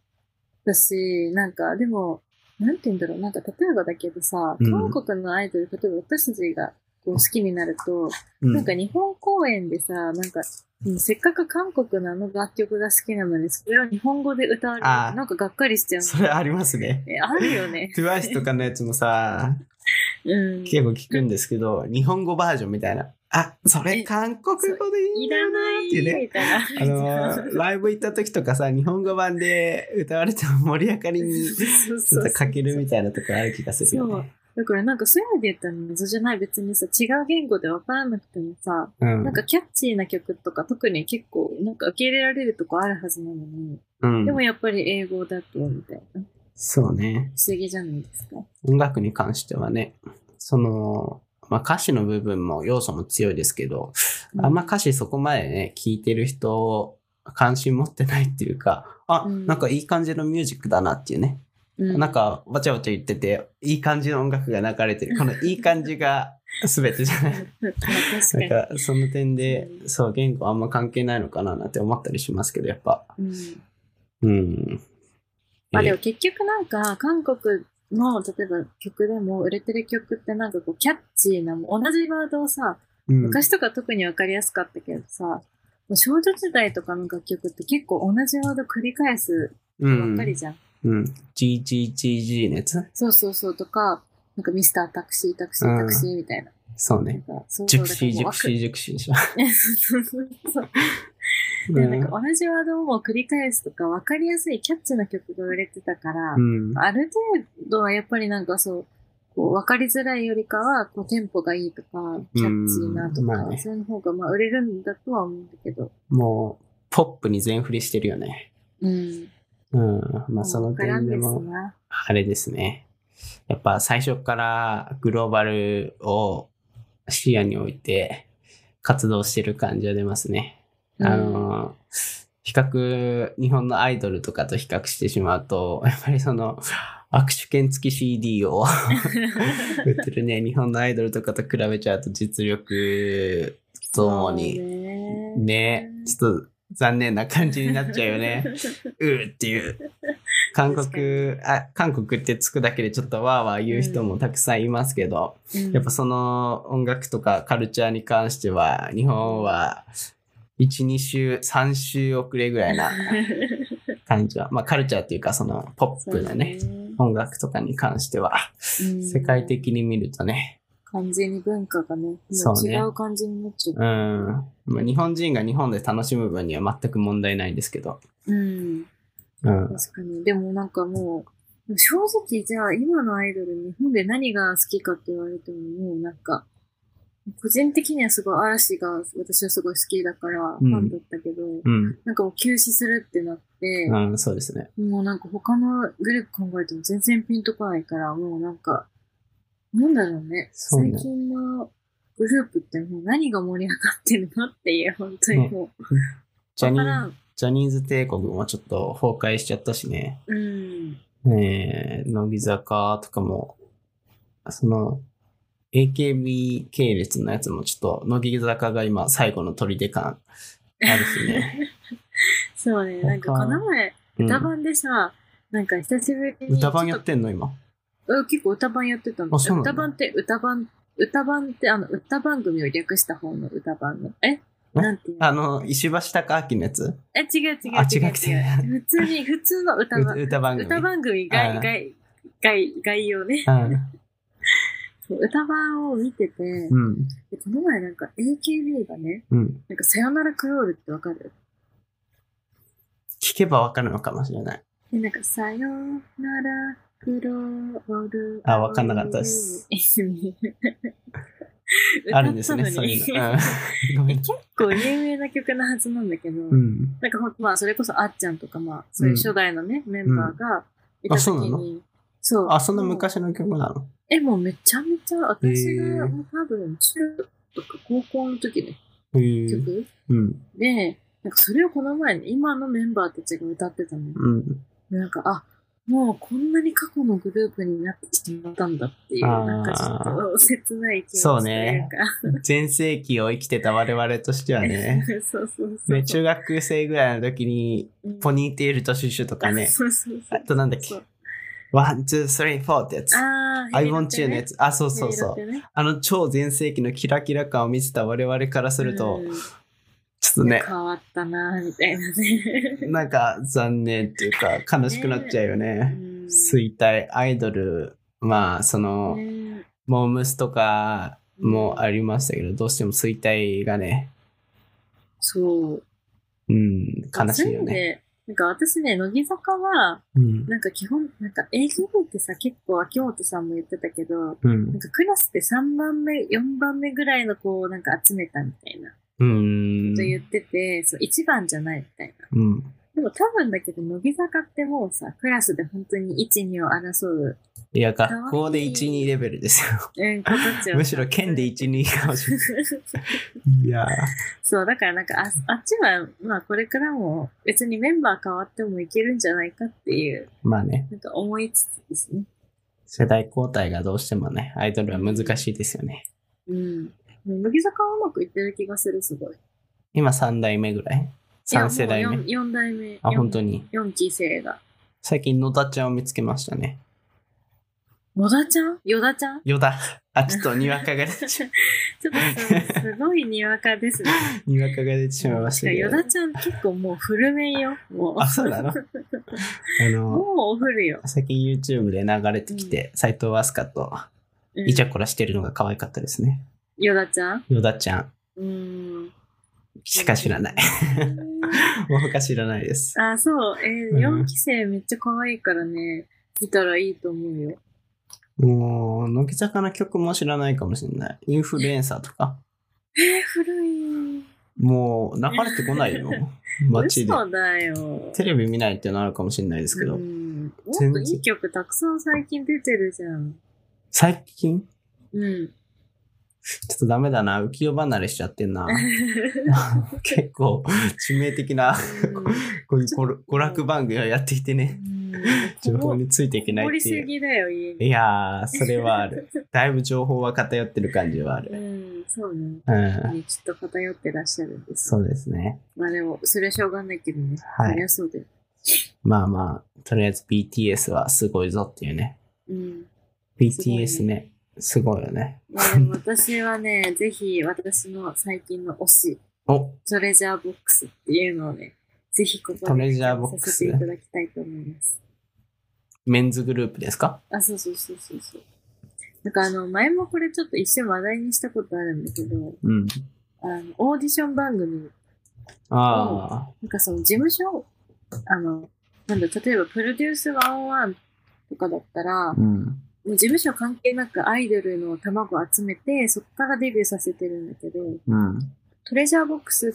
B: だし、なんか、でも、なんて言うんだろう、なんか、例えばだけどさ、
A: うん
B: 韓国のアイドル、例えば私たちがこう好きになると、
A: うん
B: なんか日本公演でさ、なんか、うんせっかく韓国のあの楽曲が好きなのに、それを日本語で歌われる
A: あー
B: なんかがっかりしちゃう。
A: それありますね。
B: え、あるよね。
A: TWICE とかのやつもさ、
B: うん。
A: 結構聞くんですけど、日本語バージョンみたいな。あ、それ韓国語でいい
B: い
A: んだ
B: ら
A: な
B: な
A: ー
B: い
A: っていうね。
B: みたいな。
A: あ
B: [LAUGHS]
A: のー、ライブ行った時とかさ、日本語版で歌われても盛り上がりに、
B: そう
A: ち
B: そ
A: ょ
B: う
A: っ
B: そ
A: と
B: う
A: かけるみたいなとこある気がするよね。
B: だからなんかそういうので言ったら謎じゃない。別にさ、違う言語でわからなくてもさ、
A: うん
B: なん。かキャッチーな曲とか特に結構なんか受け入れられるとこあるはずなのに、
A: うん
B: でもやっぱり英語だとみたいな。
A: そうね。
B: 不思議じゃないですか。
A: 音楽に関してはね、その、まあ、歌詞の部分も要素も強いですけど、あんま歌詞そこまでね、聴いてる人、関心持ってないっていうか、あ、
B: うん
A: なんかいい感じのミュージックだなっていうね。
B: うん、
A: なんか、わちゃわちゃ言ってて、いい感じの音楽が流れてる。このいい感じが全てじゃ
B: う、
A: なんい。
B: まあ確か
A: な
B: に
A: ん。か、その点で、
B: う
A: そう、言語あんま関係ないのかななんて思ったりしますけど、やっぱ。
B: うん
A: うん。
B: まあでも結局なんか韓国の例えば曲でも売れてる曲ってなんかこうキャッチーなもう同じワードをさ、
A: うん、
B: 昔とか特にわかりやすかったけどさ、もう少女時代とかの楽曲って結構同じワード繰り返すばっかりじゃん。
A: うん。うん。GGGG のやつ
B: そうそうそうとか、なんかミスタータクシータクシータクシーみたいな。
A: そう
B: な
A: ね
B: ん。かそう
A: ジ
B: そ
A: ェ
B: う
A: クシー、ジェクシー、ジェクシーでしょ。
B: [LAUGHS] だから
A: う
B: もうわかでなん
A: ん
B: か同じワードをもう繰り返すとか、わかりやすいキャッチな曲が売れてたから、
A: うん。
B: ある程度はやっぱりなんかそう、こうわかりづらいよりかは、こうテンポがいいとか、キャッチーなと
A: うん
B: か、
A: まあね
B: そういうの方がまあ売れるんだとは思うんだけど、
A: もう、ポップに全振りしてるよね。
B: うん。
A: うん。まあ、その
B: わからん
A: 点で
B: です
A: も、
B: な。
A: あれですね。やっぱ最初からグローバルを視野に置いて活動してる感じは出ますね。あの、比較、日本のアイドルとかと比較してしまうと、 [LAUGHS] やっぱりその、握手券付き CD を [LAUGHS] 売ってるね、日本のアイドルとかと比べちゃうと実力ともに
B: そうね
A: ねちょっと残念な感じになっちゃうよ
B: [LAUGHS]
A: ね。うーっていう。韓
B: 確か
A: 国、あ、韓国ってつくだけでちょっとわーわー言う人もたくさんいますけど、
B: うん
A: やっぱその音楽とかカルチャーに関しては、日本は1、2週、3週遅れぐらい
B: [LAUGHS]
A: な感じは、まあカルチャーっていうかそのポッ
B: そう
A: プ
B: だ
A: の
B: ね
A: ね、。音楽とかに関しては、
B: うん
A: 世界的に見るとね、
B: 完全に文化がね、
A: そう
B: もう
A: ね
B: 違う感じになっちゃう。
A: うん、まあ日本人が日本で楽しむ分には全く問題ないんですけど、
B: うん、
A: うん、
B: 確かに。でもなんかもう、正直じゃあ今のアイドル日本で何が好きかって言われてももうなんか、個人的にはすごい嵐が私はすごい好きだから
A: う
B: フ
A: ん
B: ァンだったけど、
A: うん、
B: なんかもう休止するってなって、
A: うん、そうですね。
B: もうなんか他のグループ考えても全然ピンとこないから、もうなんか、なんだろうね。
A: そうね
B: 最近のグループってもう何が盛り上がってるのっていう、本当にもう。
A: ジャニ
B: わか
A: ー
B: らん。
A: ジャニーズ帝国もちょっと崩壊しちゃったしね。
B: うん。
A: えー、乃木坂とかも、その、AKB 系列のやつもちょっと、乃木坂が今最後の砦感あるし
B: [LAUGHS]
A: ね。
B: そうね。なんかこの前、
A: うん
B: 歌番でさ、なんか久しぶりに。
A: 歌番や
B: ちょ
A: っ
B: って
A: んの今。
B: とうん結構歌番やってたの。
A: あそうなんだ
B: 歌番って歌番、歌番ってあの歌番組を略した方の歌番の。えなんていうの
A: あの、石橋貴明のやつ
B: え、違う違う違う違う。
A: あ違くて
B: 普通に、普通の歌番
A: う。歌番組。
B: 歌番組
A: う
B: 概
A: ん
B: 概概概要ね、そう歌番を見てて、
A: うん。
B: でこの前なんか AKB がね
A: うん。うん。
B: なんかさよならクロールってわかる
A: 聞けばわかるのかもしれない。
B: でなんかさよならクロール
A: あわかんなかったです
B: [LAUGHS]
A: あるんですね、
B: 歌った
A: そ
B: の
A: う
B: に
A: いう
B: [LAUGHS]
A: の。うん。ごめん
B: 結構有名な曲のはずなんだけど、
A: うん。
B: なんかほんまあそれこそあっちゃんとかまあそういう初代のね、メンバーがいた
A: あ
B: 時
A: そうなの
B: にそう。
A: あ、そんな昔の曲なの
B: え、もうめちゃめちゃ、私
A: へー
B: がもう多分中とか高校の時の
A: へー
B: 曲
A: うん。
B: で、なんかそれをこの前に今のメンバーたちが歌ってたの。 [LAUGHS]
A: うん。
B: なんか、あ、もうこんなに過去のグループになってしまったんだっていう、
A: あー
B: なんかちょっと切ない気持ち
A: そうね
B: というか
A: 全盛期を生きてた我々としてはね。
B: [LAUGHS] そうそうそう。
A: ね、中学生ぐらいの時に、
B: うん
A: ポニーテールとシュシュとかね。
B: そうそうそ
A: あ
B: う。
A: となんだっけ
B: そう
A: ワン、ツー、スリー、フォーってやつ。
B: あー、
A: I want you のやつ。あ、そうそうそう。
B: う。
A: あの超全盛期のキラキラ感を見せた我々からすると、
B: うん
A: ちょっとね、
B: 変わったなーみたい
A: [LAUGHS]
B: なね。
A: なんか残念っていうか悲しくなっちゃうよね。
B: うん
A: 衰退、アイドル、まあその、
B: ね
A: モームスとかもありましたけど、どうしても衰退がね、
B: そう。
A: うん、悲しいよ
B: そううの
A: ね。
B: でなんか私ね、乃木坂は、
A: うん。
B: なんか基本、なんか営業部ってさ、結構秋元さんも言ってたけど、
A: う
B: なん
A: ん。
B: かクラスって3番目、4番目ぐらいの子をなんか集めたみたいな、
A: うん。
B: と言ってて、そう、1番じゃないみたいな。
A: うん。
B: でも多分だけど、乃木坂ってもうさ、クラスで本当に1、2を争う、
A: いや、学校で1、2レベルです
B: うん、子たち
A: よ。
B: を。
A: むしろ県 [LAUGHS] で1、2かもしれない。いやー
B: [LAUGHS] そう、だからなんかあ、あっちは、まあこれからも別にメンバー変わってもいけるんじゃないかっていう、
A: まあね、
B: なんか思いつつですね。
A: 世代交代がどうしてもね、アイドルは難しいですよね。
B: うん。でも乃木坂はうまくいってる気がする、すごい。
A: 今3代目ぐらい ?3 世代目。
B: 4代目。
A: あ、
B: 四
A: 本当に。
B: 四期生が。
A: 最近野田ちゃんを見つけましたね。
B: 野田ちゃん与田ちゃん
A: ヨダ。あ、ちょっとにわかが出てし
B: ちょっと
A: [LAUGHS]
B: すすごいにわかですね。
A: ま [LAUGHS] にわかが出てしまいましたけ
B: ヨ
A: ど。
B: ダちゃん結構もう古めんよ。もう。
A: あ、そうなのあ
B: も
A: の、
B: うお古よ。
A: 最近 YouTube で流れてきて、斎藤飛鳥と
B: うん
A: イチャコラしてるのが可愛かったですね。
B: ヨダちゃん
A: ヨダちゃん
B: うーん。
A: しか知らない。もう他知らないです。
B: あ、そう。え
A: う
B: ー、
A: ん
B: 4期生めっちゃ可愛いからね、見たらいいと思うよ。
A: もう、乃木坂の曲も知らないかもしれない。インフルエンサーとか。
B: え、古い。
A: もう、流れてこないよ。街で。
B: [LAUGHS] 嘘だよ。
A: テレビ見ないっていうのあるかもしれないですけど。
B: うんもっといい曲たくさん最近出てるじゃん。
A: 最近 [LAUGHS]
B: うん。
A: ちょっとダメだな。浮世離れしちゃって
B: [LAUGHS]
A: んな。結構、致命的な、こういうごろ娯楽番組をやっていてね、情報についていけない
B: 盛
A: っ
B: り
A: て
B: す
A: いう。
B: ぎだよ、家に。
A: いやー、それはあ
B: [LAUGHS]
A: る。だいぶ情報は偏ってる感じはあ
B: う
A: る。
B: ん、そうね。
A: うん。
B: きっと偏ってらっしゃるんです。
A: そうですね。
B: まあでも、それはしょうがないけどね。
A: はい
B: そりゃそうだよ。
A: まあまあ、とりあえず BTS はすごいぞっていうね。
B: うん。
A: BTS ね、すごいよね。
B: まあでも私はね、 [LAUGHS] ぜひ私の最近の推し、
A: お、
B: トレジャーボックスっていうのをね、ぜひここで
A: トレジャーボックス
B: させていただきたいと思います。
A: メンズグループですか
B: あ、そうそうそうそうそう。なんかあの、前もこれちょっと一瞬話題にしたことあるんだけど、
A: うん。
B: あの、オーディション番組、
A: あ
B: なんかその事務所、あの、なんだ、例えばプロデュース101とかだったら、
A: あ。
B: も
A: うん。
B: う事務所関係なくアイドルの卵集めて、そこからデビューさせてるんだけど、
A: うん。
B: トレジャーボックスっ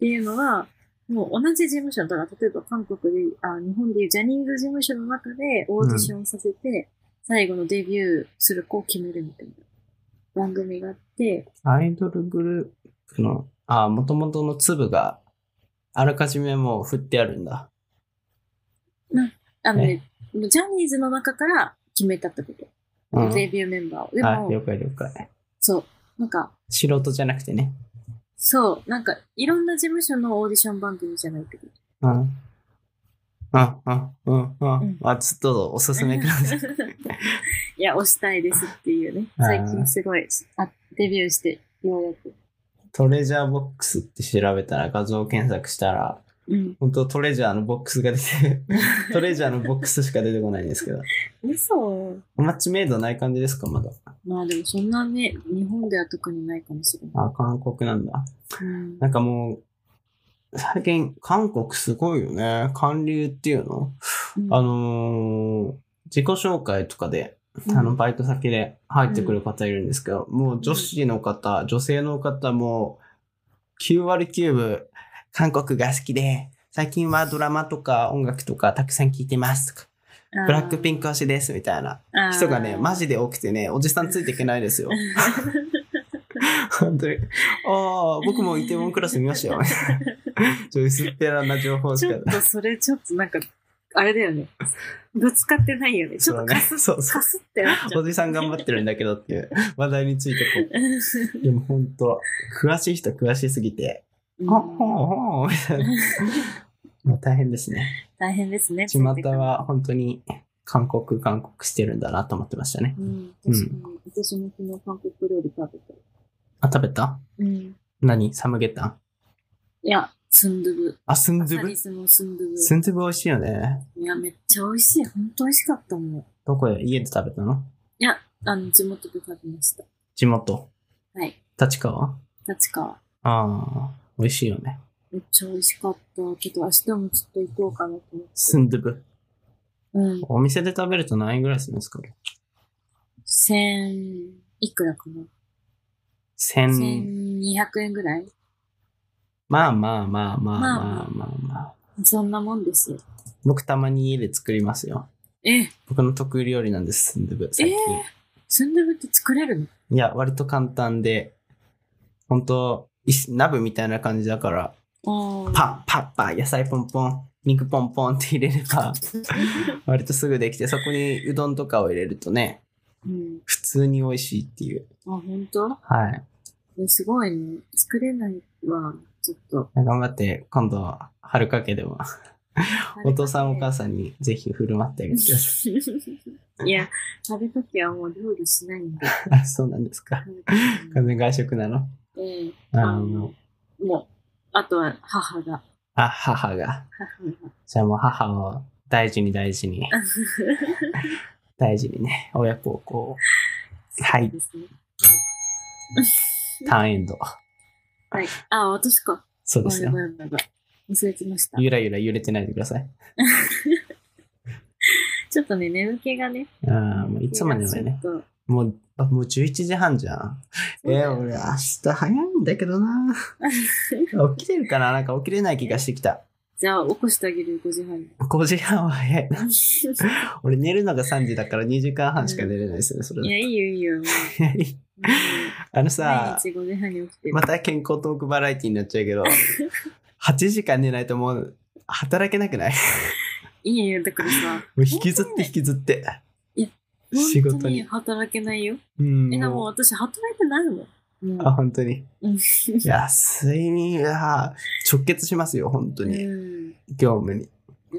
B: ていうのは、もう同じ事務所、だから例えば韓国で、あ日本でいうジャニーズ事務所の中でオーディションさせて、最後のデビューする子を決めるみたいな番組があって、
A: アイドルグループの、ああ、もともとの粒があらかじめもう振ってあるんだ。
B: あのね、もうジャニーズの中から決めたってこと。
A: うん。
B: デビューメンバーを。で
A: あ、
B: も、
A: 了解了解。
B: そう、なんか、
A: 素人じゃなくてね。
B: そう、なんか、いろんな事務所のオーディション番組じゃないけど。
A: う
B: [LAUGHS]
A: ん。うん、うん、うん、う
B: うん
A: ん。あ、ちょっとおすすめください。
B: いや、推したいですっていうね。
A: あー
B: 最近すごい、あデビューして、ようやく。
A: トレジャーボックスって調べたら、画像検索したら、
B: うん。
A: 本当トレジャーのボックスが出て、トレジャーのボックスしか出てこないんですけど。
B: 嘘
A: マッチメイドない感じですか、まだ。
B: まあでもそんなね、日本では特にないかもしれない。
A: あ、韓国なんだ。
B: うん
A: なんかもう、最近、韓国すごいよね。韓流っていうのあのー自己紹介とかで、
B: うん
A: あの、バイト先で入ってくる方いるんですけど、もう女子の方、女性の方も、9割9分、韓国が好きで、最近はドラマとか音楽とかたくさん聴いてますとか、
B: あー
A: ブラックピンク推しですみたいな
B: あー
A: 人がね、マジで多くてね、おじさんついていけないですよ。本当に。ああ、僕もイテウォンクラス見ましたよ。ちょ薄っぺらな情報し
B: [LAUGHS] ち
A: か
B: ょっとそれちょっとなんか、あれだよね。ぶつかってないよね。ちょっとかす、
A: そうねそうそう
B: かすってなっちゃ
A: お
B: う。
A: じさん頑張ってるんだけどっていう話題についてこう。でも本当詳しい人詳しすぎ
B: [LAUGHS]
A: て、ほんほんほんみたいな。もう大変ですね。
B: 大変ですね。
A: 巷は本当に韓国韓国してるんだなと思ってましたね。
B: うん。私も、私も昨日韓国料理食べた。
A: あ、食べた
B: うん。
A: 何サムゲタン
B: いや、スンドゥブ。
A: あ、スンズ
B: サ
A: ブ
B: リスのスンドゥブ。
A: スンズブ美味しいよね。
B: いや、めっちゃ美味しい。本当美味しかったもん。
A: どこで家で食べたの
B: いや、あの、地元で食べました。
A: 地元。
B: はい。
A: 立川
B: 立川。
A: ああ、美味しいよね。
B: めっちゃ美味しかった。けど、明日もちょっと行こうかなと思って。
A: スンドゥブ。
B: うん。
A: お店で食べると何円ぐらいするんですか
B: 千、いくらかな
A: 千、
B: 千二百円ぐらい
A: まあまあまあまあま
B: ま
A: あまあまあ。
B: そんなもんですよ。
A: 僕たまに家で作りますよ。
B: え、
A: 僕の得意料理なんです、スンドゥブ、最近。
B: スンドゥブって作れるの
A: いや、割と簡単で、本当石鍋みたいな感じだから、
B: あ
A: パッパッパッ、野菜ポンポン、肉ポンポンって入れれば、割とすぐできて、そこにうどんとかを入れるとね、
B: [LAUGHS] うん。
A: 普通に美味しいっていう。
B: あ、本当？
A: はい。
B: えすごいね。作れないは、ちょっと。
A: 頑張って、今度は、春かけでも、お父さんお母さんにぜひ振る舞ってあげてくださ
B: [LAUGHS] ん。いや、食べときはもう料理しない
A: [LAUGHS]
B: んで。
A: い。あそうなんですか。完全外食なの
B: ええ
A: あ
B: あ
A: の
B: の、もう、あとは母が。
A: あ、母が。
B: 母が
A: じゃあもう母を大事に大事 [LAUGHS] に、大事にね、親孝行。はい
B: で、すね。
A: ターンエンド。
B: はい。あ、私か。
A: そうで
B: ごめ
A: す
B: ん
A: よ
B: ご。めんごめんごめん。忘れてました。
A: ゆらゆら揺れてないでください。
B: ちょっとね、眠気がね。
A: あーもういつまでもね。
B: ちょっと
A: もう、あもう11時半じゃん。え
B: そうだ
A: ー
B: よ
A: 俺明日早いんだけど [LAUGHS] な。起きれるかななんか起きれない気がしてきた。
B: じゃあ、起こしてあげるよ、5時半に。
A: [LAUGHS] 5時半は早いな。俺寝るのが3時だから2時間半しか寝れないですよね、それ
B: いや、いいよ、いいよ。もう
A: だと。
B: うん
A: あの
B: 毎
A: さ、
B: 日5時半に起きてる。
A: また健康トークバラエティになっちゃうけど、8時間寝ないともう働けなくない
B: [LAUGHS] いいよ、だからさ。
A: もう引きずって引きずって。仕
B: 本
A: 事
B: 当
A: に
B: に働けないよ。
A: うん。
B: え、でも
A: もう
B: 私、働いてないもん。うん
A: あ、本当に。
B: うん
A: いや、睡眠は直結しますよ、本当に。
B: うん
A: 業務に。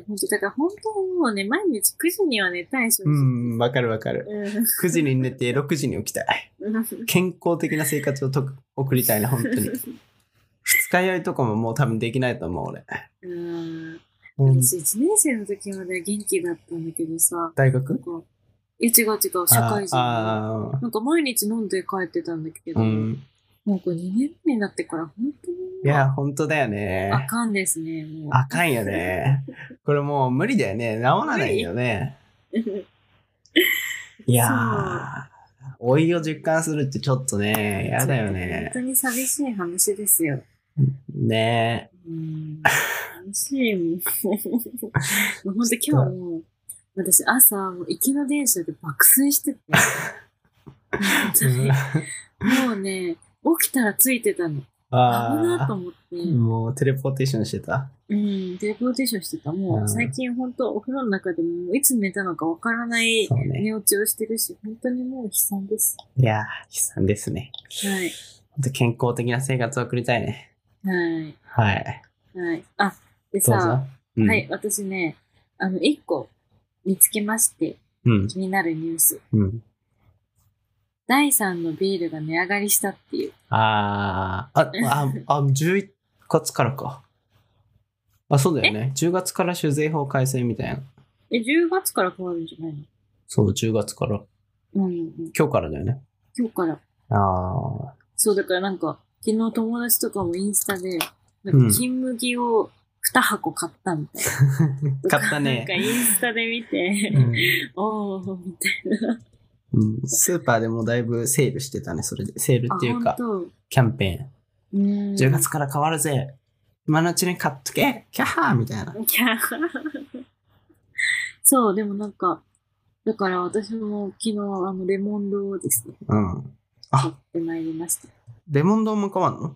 B: 本当だから本当もうね、毎日9時には寝たいし、正
A: う
B: 直
A: ん、わかるわかる。
B: うん [LAUGHS]
A: 9時に寝て6時に起きたい。健康的な生活をとく送りたいな、本当
B: [LAUGHS]
A: に。二日酔いとかももう多分できないと思う、俺。
B: うん。
A: うん
B: 私、1年生の時まで元気だったんだけどさ、
A: 大
B: なん
A: 学
B: か、いや違う違う、社会人。な
A: ああ
B: んか毎日飲んで帰ってたんだけど、
A: うん。
B: もうこれ2年目になってから本当に
A: いや、本当だよね。
B: あかんですね、もう。
A: あかんよね。これもう無理だよね。治らないよね。いやー、老いを実感するってちょっとね、やだよ
B: 本
A: ね
B: 当。に寂しい話ですよ。
A: ねえ。 [LAUGHS]
B: うん。寂しいもん。もう本当今日も、私朝、もう行きの電車で爆睡してて。
A: [LAUGHS] うん
B: 本当にもうね、起きたらついてたの。危なと
A: あ
B: 思って。
A: ーもうテレポーテーションしてた。
B: うん、テレポーテーションしてた。も
A: うん
B: う最近本当お風呂の中でもいつ寝たのかわからない
A: そうね。
B: 寝落ちをしてるし、本当にもう悲惨です。
A: いやー、悲惨ですね。
B: はい。
A: ほんと健康的な生活を送りたいね。
B: はい。
A: はい。
B: はい。あ、
A: ど
B: で
A: う
B: さ、
A: ぞ。うん
B: はい、。私ね、あの、一個見つけまして、
A: うん。
B: 気になるニュース。
A: うん。
B: 第3のビールが値上がりしたっていう。
A: あー、あ、あ、あ、11月からか。あ、そうだよね。10月から酒税法改正みたいな。
B: え、10月から変わるんじゃないの
A: そう、10月から。
B: うんうんうん。
A: 今日からだよね。
B: 今日から。
A: ああ。
B: そう、だからなんか、昨日友達とかもインスタで、な
A: うん
B: んか金麦を2箱買ったみたいな。
A: 買った
B: なんか
A: ね。
B: インスタで見て、
A: うん
B: おー、みたい
A: うん、スーパーでもだいぶセールしてたね、それで。セール
B: な。
A: っていう
B: あ
A: か、
B: 本
A: キャンペ
B: 当うん。
A: ーン。10月から変わるぜ。今のうちに買っとけキャハーみたいな。
B: いや、そう、でもなんか、だから私も昨日、あの、レモンドをですね、
A: うん。
B: 買
A: あ、
B: ってまいりました。
A: レモン丼も変わんの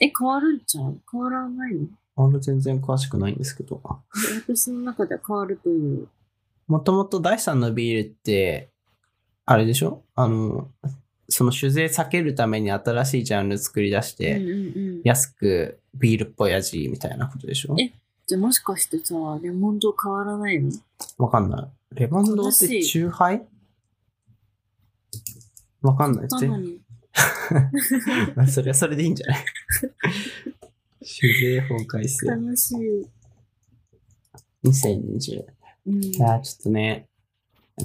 B: え、変わるんちゃう変わらないの
A: あんま全然詳しくないんですけど。
B: え私の中では変わるという。
A: もともと第三のビールって、あれでしょあの、その酒税避けるために新しいジャンル作り出し
B: うん
A: て、
B: うんうん。
A: 安くビールっぽい味みたいなことでしょ
B: えじゃあもしかしてさ、レモンド変わらないの
A: わかんない。レモンドっ
B: 悲
A: て
B: しい
A: 中杯わかんない。
B: な
A: ぜ
B: のに。
A: まあ [LAUGHS] それはそれでいいんじゃない酒税法改正
B: 楽しい。
A: 2020。
B: うん。
A: いやー、ちょっとね、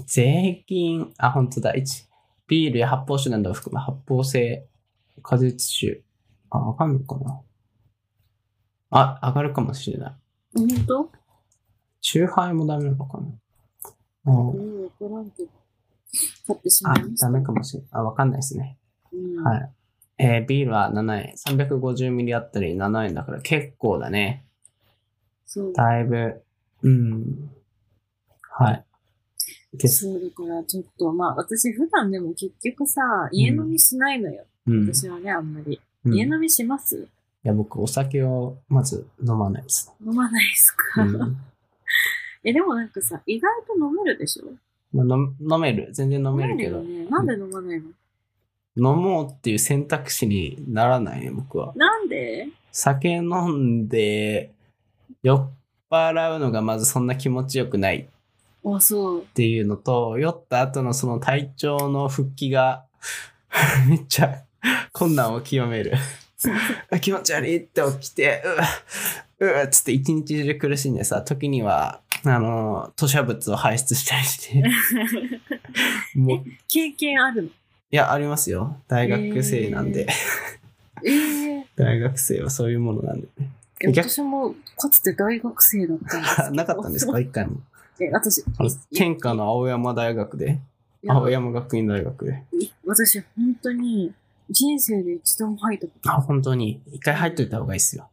A: 税金、あ、本当だ、1。ビールや発泡酒などを含む発泡性、果実酒。あ、わかんのかなあ、上がるかもしれない。
B: 本当
A: 酎ハイもダメなのかなあ
B: えーわからんけど。買ってしま
A: あ
B: いま、した。
A: ダメかもしれない。あ、わかんないですね。
B: うん。
A: はい。えービールは7円。350ミリあったり7円だから結構だね。
B: そう。
A: だいぶ、うん。はい。です。
B: そうだからちょっと、まあ私普段でも結局さ、家飲みしないのよ。
A: うん。
B: 私はね、あんまり。
A: うん
B: 家飲みします
A: いや、僕、お酒をまず飲まないです。
B: 飲まないです
A: う
B: か、
A: ん
B: [LAUGHS] え、でもなんかさ、意外と飲めるでしょ
A: まあ、飲飲める。全然飲
B: 飲
A: めるけど、
B: よ
A: 飲
B: ね。なんで飲まないの、
A: もうっていう選択肢にならないね、僕は。
B: なんで
A: 酒飲んで、酔っ払うのがまずそんな気持ちよくないっ
B: あ、そう。
A: ていうのと、酔った後のその体調の復帰が、 [LAUGHS] めっちゃ困難を極める。あ気持ち悪いって起きて、うわうわっつって一日中苦しんでさ、時には、あの、吐砂物を排出したりして、もう、
B: 経験あるの
A: いや、ありますよ。大学生なんで。
B: ええ
A: [LAUGHS] 大学生はそういうものなんで。
B: え
A: 逆
B: 私もかつて大学生だったんですけ
A: あ
B: ど
A: [LAUGHS] なかったんですか一回も。
B: え、私、
A: あの
B: いい
A: 天下の青山大学で、
B: や
A: 青山学院大学で。
B: い私、本当に人生で一度も入ったこ
A: あ、本当に。一回入っといた方がいいですよ。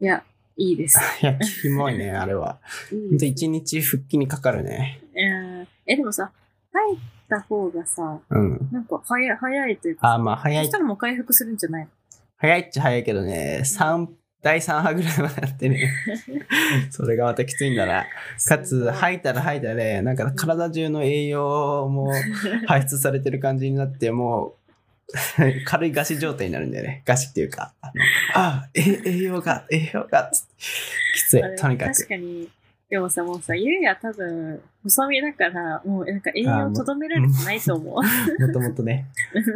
B: と。いや、い
A: [LAUGHS]
B: いです。
A: いや、キモいね、あれ [LAUGHS] は。
B: いい
A: ほん
B: で
A: と
B: す
A: 一日復帰にかかるね。
B: えーえ、でもさ、入った方がさ、
A: うん。
B: なんか早い、早いというか、
A: あ、まあ、早
B: そ
A: い
B: し、たらもう回復するんじゃない
A: 早いっちゃ早いけどね、三第3波ぐらいまでやって
B: [LAUGHS]
A: ね。それがまたきついんだな。かつ、
B: い。
A: 吐いたら吐いたで、なんか体中の栄養も排出されてる感じになって、もう、 [LAUGHS] 軽い餓死状態になるんだよね。餓死っていうか、あのあ、え栄養が、栄養が、つってきつい
B: あれ、
A: とにかく
B: 確。かに。でもさ、もうさ、ゆうや多分、細身だから、もうなんか栄
A: あーも
B: 養
A: う
B: とどめられてないと [LAUGHS] 思う。
A: もともとね、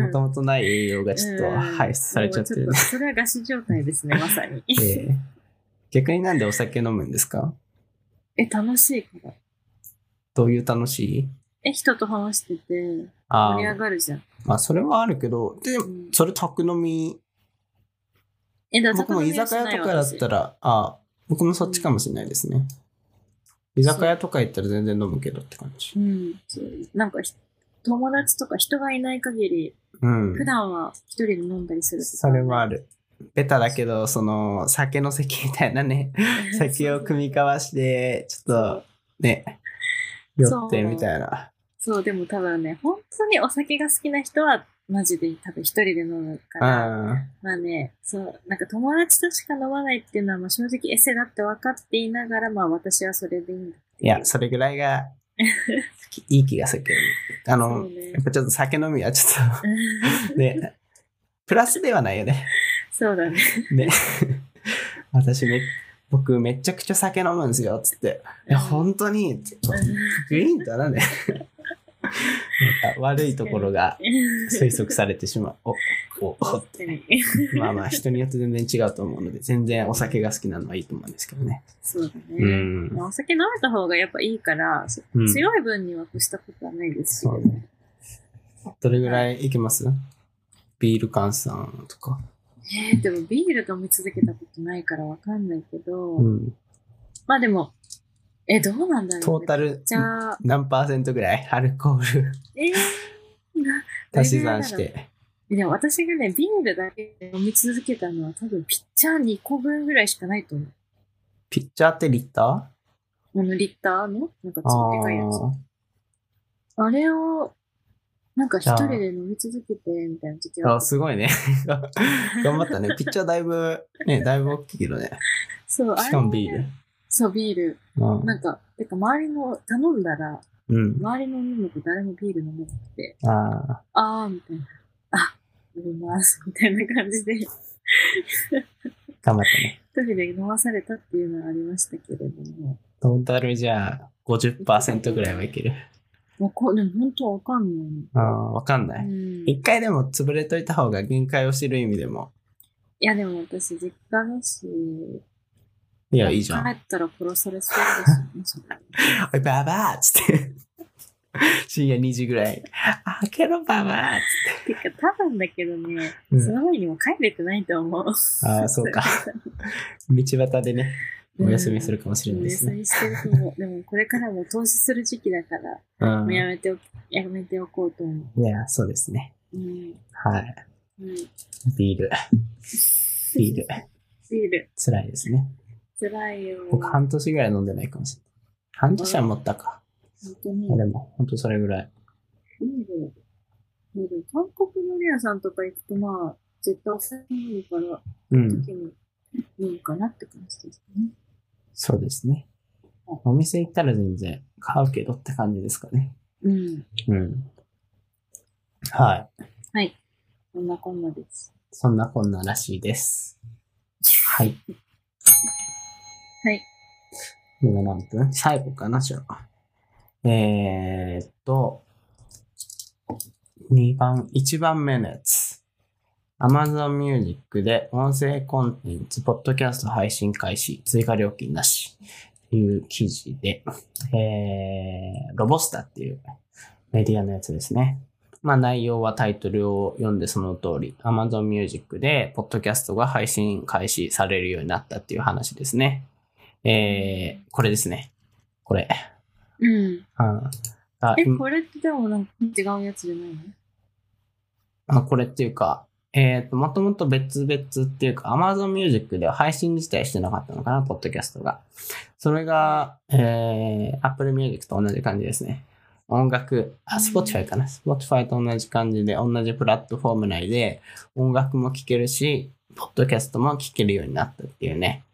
A: もともとない栄養がちょっと
B: うん
A: 排出されちゃって
B: も
A: る
B: うょとそれは餓死状態ですね、まさ
A: [LAUGHS]
B: に。
A: ええ逆になんでお酒飲むんですか
B: え、楽しいから。
A: どういう楽しい
B: え、人と話してて、
A: あ
B: 盛り上
A: ー
B: がるじゃん。
A: まあ、それはあるけど、で
B: う、ん、
A: それ宅飲み
B: え、だ
A: 僕も居酒屋とかだった
B: ら。
A: ら、あ、僕もそっちかもしれないですね。居酒屋とか行ったら全然飲むけどって感じ
B: う。ん。そうなんかひ、友達とか人がいない限り、
A: うん。
B: 普段は一人で飲んだりする。
A: それはあ。る。ベタだけど、その、酒の席みたいな
B: [LAUGHS]
A: ね、 [LAUGHS] 酒を組み交わして、ちょっとね、
B: そ
A: 酔
B: う
A: ってみたいな。
B: そう、でも多分ね、本当にお酒が好きな人は、マジで多分一人で飲むから、
A: うん。
B: まあね、そう、なんか友達としか飲まないっていうのは、まあ正直エセだって分かっていながら、まあ私はそれでいいんだ。
A: いや、それぐらい
B: [LAUGHS]
A: が、いい気がするけどね。あ
B: そう
A: の、
B: ね [LAUGHS]
A: やっぱちょっと酒飲みはちょっと、ね、プラスではないよね。
B: そうだね。
A: [LAUGHS] ね、私め、僕めちゃくちゃ酒飲むんですよ、つって。いや、本当に、つってグリーンとはなんでなんか悪いところが推測されてしまう。お、お、おっ
B: 確
A: て
B: かに。
A: まあまあ人によって全然違うと思うので、全然お酒が好きなのはいいと思うんですけどね。
B: そうだね。
A: うん
B: ま。あお酒飲めた方がやっぱいいから、そ
A: うん
B: 強い分には越したことはないですし、
A: そうね。どれぐらいいけますビール換算とか。
B: えーでもビール飲み続けたことないからわかんないけど、
A: うん。
B: まあでも、え、どうなんだろう、ね、
A: トータル
B: じゃあ、
A: 何パーセントぐらいアルコール
B: えー、な、
A: 足し算して。
B: でも私がね、ビールだけ飲み続けたのは多分ピッチャー2個分ぐらいしかないと思う。
A: ピッチャーってリッター
B: あの、リッターのなんかち
A: あ
B: ょっとでかいやつ。
A: ー
B: あれを、なんか一人で飲み続けて、みたいな時は
A: あ、。すごいね。 [LAUGHS] 頑張ったね。ピッチャーだいぶ、ね、だいぶ大きいけどね。
B: そう、あ
A: し
B: れ
A: か
B: も
A: も
B: ね
A: ビール。
B: そう、ビール。
A: うん
B: なんか、てか周りの、頼んだら、
A: うん。
B: 周りの女の子誰もビール飲めなくて、
A: あ
B: あー、みたいな。あ、飲みます、みたいな感じで、一
A: ー頑張ったね。
B: 人で飲まされたっていうのはありましたけれども。
A: トータルじゃあ50%ぐらいはいける。
B: わかでも本当わかんないの。
A: あーわかんな
B: う
A: い。
B: ん、い
A: 一回でも潰れといた方が限界を知る意味でも。
B: や、でも私、実家だし、
A: いや、いいじゃん。
B: 帰ったら殺されそうだしね、
A: [LAUGHS]
B: それ
A: おい、ババアっつって。 [LAUGHS] 深夜2時ぐらい。開けろ、ババアっつって
B: か、多分だけどね、
A: うん
B: その前にも帰れてないと思う。
A: て。ああ、そう
B: [LAUGHS]
A: か。道端でね、お休みするかもしれないです
B: お休
A: ね。
B: みしてると思う。でも、これからも投資する時期だから、
A: うん。
B: や
A: い
B: めておきやめておこうと思
A: や、そうですね。
B: う。うん。
A: はい。
B: うん。
A: ビール。ビール。
B: ビール、
A: 辛いですね。
B: 辛いよ。
A: 僕、半年ぐらい飲んでないかもしれない。半年は持ったか。
B: 本当に。
A: でも、ほんとそれぐらい。
B: ビール、ビール、韓国料理屋さんとか行くと、まあ、絶対お酒飲むから、
A: うん。
B: 時に飲むかなって感じですね。
A: そうですね。お店行ったら全然買うけどって感じですかね。
B: うん。
A: うん。はい。
B: はい。こんなこんなです。
A: そんなこんならしいです。はい。
B: はい。
A: 今何分最後かな、じゃあ。えー、っと、2番、1番目のやつ。Amazon Music で音声コンテンツ、ポッドキャスト配信開始、追加料金なし。という記事で、えー、ロボスタっていうメディアのやつですね。まあ内容はタイトルを読んでその通り、Amazon Music で、ポッドキャストが配信開始されるようになったっていう話ですね。えー、これですね。これ。
B: うん。
A: うんあ
B: え、
A: 今
B: これってでもなんか違うやつじゃないの
A: あこれっていうか、えっ、と、もともと別々っていうか、Amazon Music では配信自体してなかったのかな、ポッドキャストが。それが、えー、Apple Music と同じ感じですね。音楽、あ、
B: うん
A: Spotify かな。Spotify と同じ感じで、同じプラットフォーム内で、音楽も聴けるし、ポッドキャストも聴けるようになったっていうね。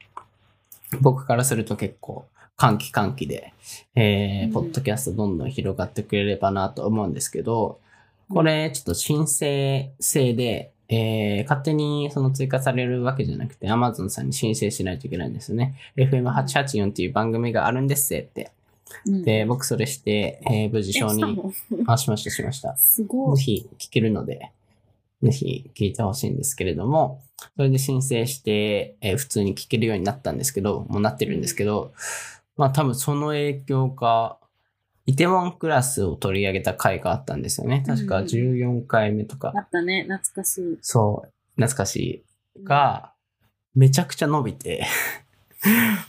A: 僕からすると結構、歓喜歓喜で、えー
B: うん
A: ポッドキャストどんどん広がってくれればなと思うんですけど、これ、ちょっと申請制で、えー勝手にその追加されるわけじゃなくて、Amazon さんに申請しないといけないんですよね。FM884 っていう番組があるんですって。
B: うん
A: で、僕それして、えー無事
B: え、し
A: 承
B: た
A: 認
B: の
A: あしました、しました。
B: すご
A: ぜ
B: い。
A: ひ聞けるので、ぜひ聞いてほしいんですけれども、それで申請して、えー普通に聞けるようになったんですけど、もうなってるんですけど、まあ多分その影響か、イテウォンクラスを取り上げた回があったんですよね。確か
B: うん
A: 14回目とか、
B: あったね、懐かしい。
A: そう、懐かしい。が、めちゃくちゃ伸びて、 [LAUGHS]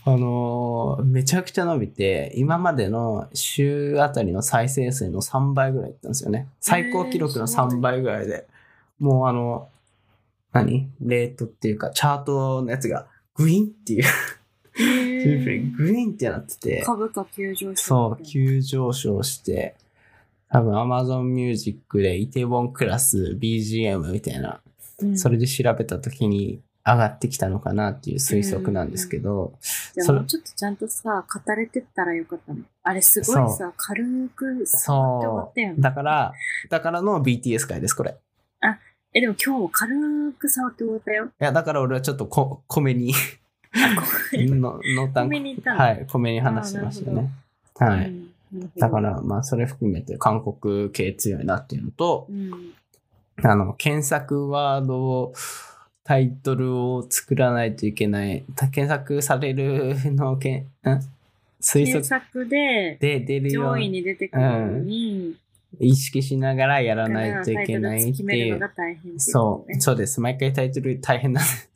A: あのーめちゃくちゃ伸びて、今までの週あたりの再生数の3倍ぐらいいったんですよね。最高記録の
B: えーすごい
A: 3倍ぐらいで、もうあの、何レートっていうか、チャートのやつが、グインっていう、
B: へー
A: グインってなってて、
B: 株価急上昇。
A: そう、急上昇して、多分 Amazon Music でイテウォンクラス BGM みたいな
B: うん
A: それで調べた時に上がってきたのかなっていう推測なんですけど、
B: じゃあ
A: それ
B: もうちょっとちゃんとさ、語れてったらよかったの。あれすごいさ、軽く触って終わったよね。
A: だから、だからの BTS 回です、これ。
B: え、でも今日も軽く触って終わったよ。
A: いや、だから俺はちょっとこ米に [LAUGHS] の、のたん、
B: 米に行ったの
A: はい、米に話してましたね。は
B: う
A: い。
B: んなるほど
A: だから、まあ、それ含めて韓国系強いなっていうのと
B: う、ん。
A: あの、検索ワードを、タイトルを作らないといけない。た検索されるのをけん、ん推
B: 検
A: 測
B: 索で
A: で出るような
B: 上位に出てくるのに、
A: 意識しながらやら
B: だか
A: ない
B: ら
A: といけないっ
B: タイトル決
A: て
B: め
A: い
B: るの
A: う。
B: が大変っていこ
A: そ
B: とね
A: う、そうです。毎回タイトル大変なんです。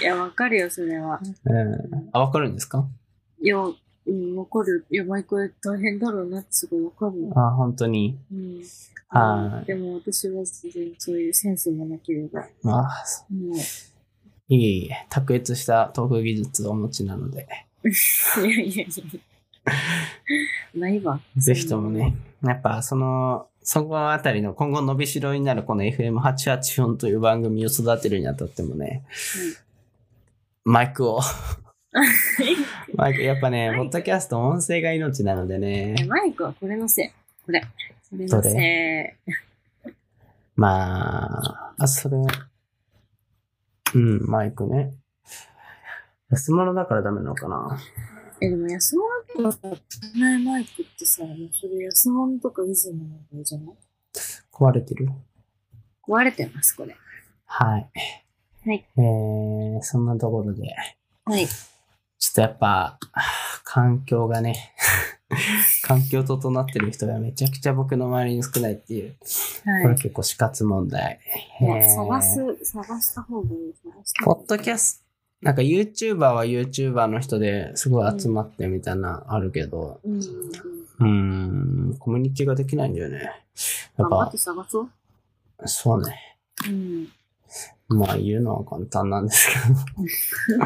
B: いや、わかるよ、それは。
A: うん。あ、わかるんですか
B: よ、うん、わかる。いや、毎回大変だろうなってすごいわかるよ。
A: あ、本当に。
B: うん。
A: はい
B: でも私は全然そういうセンスもなければ。
A: まあ、そ
B: もう
A: いえいえ、卓越したトーク技術をお持ちなので。
B: いやいやいや。ないわ。
A: ぜひともね、やっぱその、そこあたりの今後伸びしろになるこの FM884 という番組を育てるにあたってもね、マイク
B: [LAUGHS]
A: を、マイク、やっぱね、
B: マイ
A: ポ
B: ク
A: ッドキャスト音声が命なので
B: え
A: ね、
B: マイクはこれのせい。これ。これのせい。
A: まあ、あ、それ、うん、マイクね。安物だからダメなのかな。
B: え、でも安物とか使えないマイクってさ、もうそれ安物とか以前の問題じゃない
A: 壊れてる。
B: 壊れてます、これ。
A: はい。
B: はい。
A: えー、そんなところで、
B: はい。
A: ちょっとやっぱ、環境がね、 [LAUGHS] 環境整ってる人がめちゃくちゃ僕の周りに少ないっていう、これ
B: はい。
A: 結構死活問題。
B: もう
A: えー
B: 探す、探した方がいい。探した
A: ポ
B: 方が
A: ッドキャスト、なんか YouTuber は YouTuber の人ですごい集まってみたいなあるけど、
B: いい。うんうん。
A: うーん、コミュニティができないんだよね。やっ
B: 頑張っ
A: ぱ
B: て、探そう。
A: そうね。
B: うん。
A: まあ言うのは簡単なんです
B: [LAUGHS]
A: けど。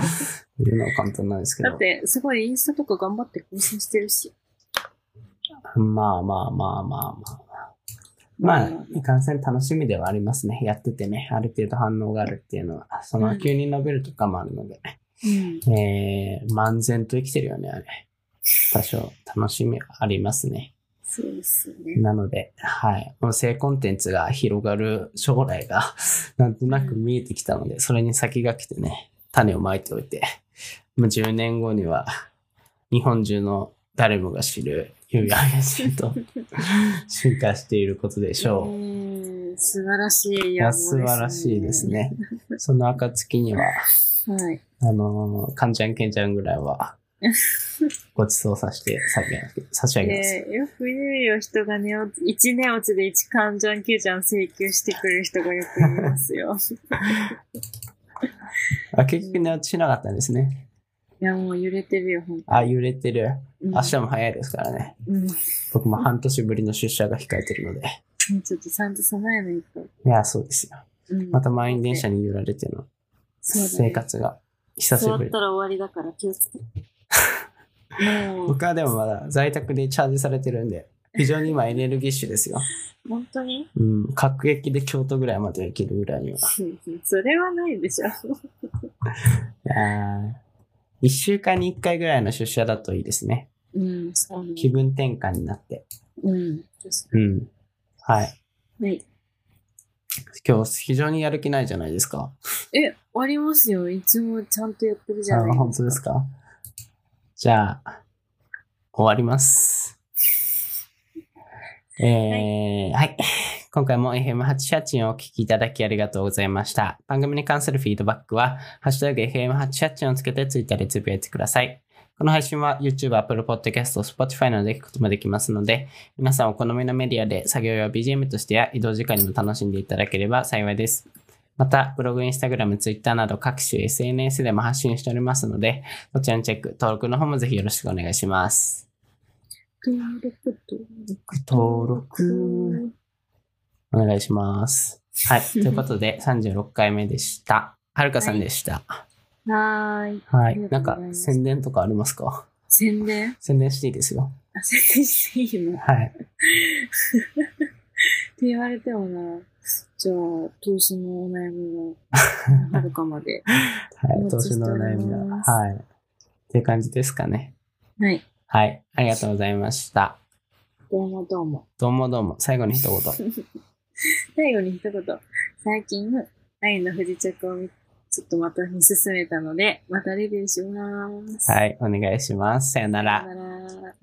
A: 言うのは簡単なんですけ
B: だっ
A: ど。
B: て、すごいインスタとか頑張って更新してるし。
A: まあまあまあまあまあ。まあ、いかんせん楽しみではありますね。やっててね、ある程度反応があるっていうのは、その
B: うん
A: 急に伸びるとかもあるので、
B: うん。
A: えー、漫然と生きてるよね、あれ。多少楽しみはありますね。
B: そうですよね。
A: なので、はい。音声コンテンツが広がる将来が、 [LAUGHS] なんとなく見えてきたので、それに先駆けてね、種をまいておいて、もう10年後には、日本中の誰もが知る、有害人 [LAUGHS] と進化していることでしょう。
B: えー素晴らしい
A: い
B: 野望
A: や、
B: です
A: 素
B: ね。
A: 晴らしいです。ね。その暁には、
B: はい。
A: あのー、かんちゃんけんちゃんぐらい [LAUGHS] は、ごちそうさせて差し上げます差し上げます。
B: ねえよく言うよ、人が寝落ち、一寝落ちで一カンジャンキュージャン請求してくる人がよくいま
A: [LAUGHS]
B: すよ。
A: あ、結局寝落ちしなかったんですね。
B: いや、もう揺れてるよ、ほんと。
A: あ、揺れてる。
B: うん
A: 明日も早いですからね。
B: うん。
A: 僕も半年ぶりの出社が控えてるので。
B: ちょっとちゃんと備えないと。
A: いや、そうですよ。
B: うん。
A: また満員電車に揺られての生活が久し
B: 座っ
A: ぶり
B: た。ら終わりだから気をつけ
A: [LAUGHS]
B: て。もう、
A: 僕はでもまだ在宅でチャージされてるんで、非常に今エネルギッシュですよ。
B: 本当に
A: うん、各駅で京都ぐらいまで行けるぐらいには。
B: [LAUGHS] それはないでしょ。
A: いやー一週間に一回ぐらいの出社だといいですね。
B: うん、そう
A: 気
B: ね。
A: 分転換になって。
B: うん。
A: う
B: 確
A: ん。はい。
B: かに。はい。
A: 今日非常にやる気ないじゃないですか。
B: え、ありますよ。いつもちゃんとやってるじ
A: あ
B: ゃない
A: 本当ですか。じゃあ、終わります。えー、はい。今回も FM884 をお聞きいただきありがとうございました。番組に関するフィードバックは、ハッシュタグ FM884 をつけてツイッターでつぶやいてください。この配信は YouTube、Apple Podcast、Spotify などで聞くこともできますので、皆さんお好みのメディアで作業用 BGM としてや移動時間にも楽しんでいただければ幸いです。また、ブログ、インスタグラム、ツイッターなど各種 SNS でも発信しておりますので、そちらのチェック、登録の方もぜひよろしくお願いします。
B: 登録と。
A: 登録。お願いします。
B: [LAUGHS]
A: はい。ということで、36回目でした。はるかさんでした。
B: はーい。
A: はいい。なんか、宣伝とかありますか
B: 宣伝
A: 宣伝していいですよ。
B: あ、宣伝していいのっ
A: はい。
B: て言われてもな。じゃあ、投資のお悩みが、はるかまで。
A: [LAUGHS] はい。
B: お
A: 投
B: 待
A: 資
B: ちして
A: の
B: お
A: お悩
B: り
A: みは。
B: ます
A: はい。っていう感じですかね。
B: はい。
A: はい。ありがとうございました。
B: どうもどうも。
A: どうもどうも。最後に一言。
B: [LAUGHS] 最後に一言。最近、愛の不時着を見ちょっとまた見進めたので、またレビューします。
A: はい。お願いします。さよなら
B: さ。よなら。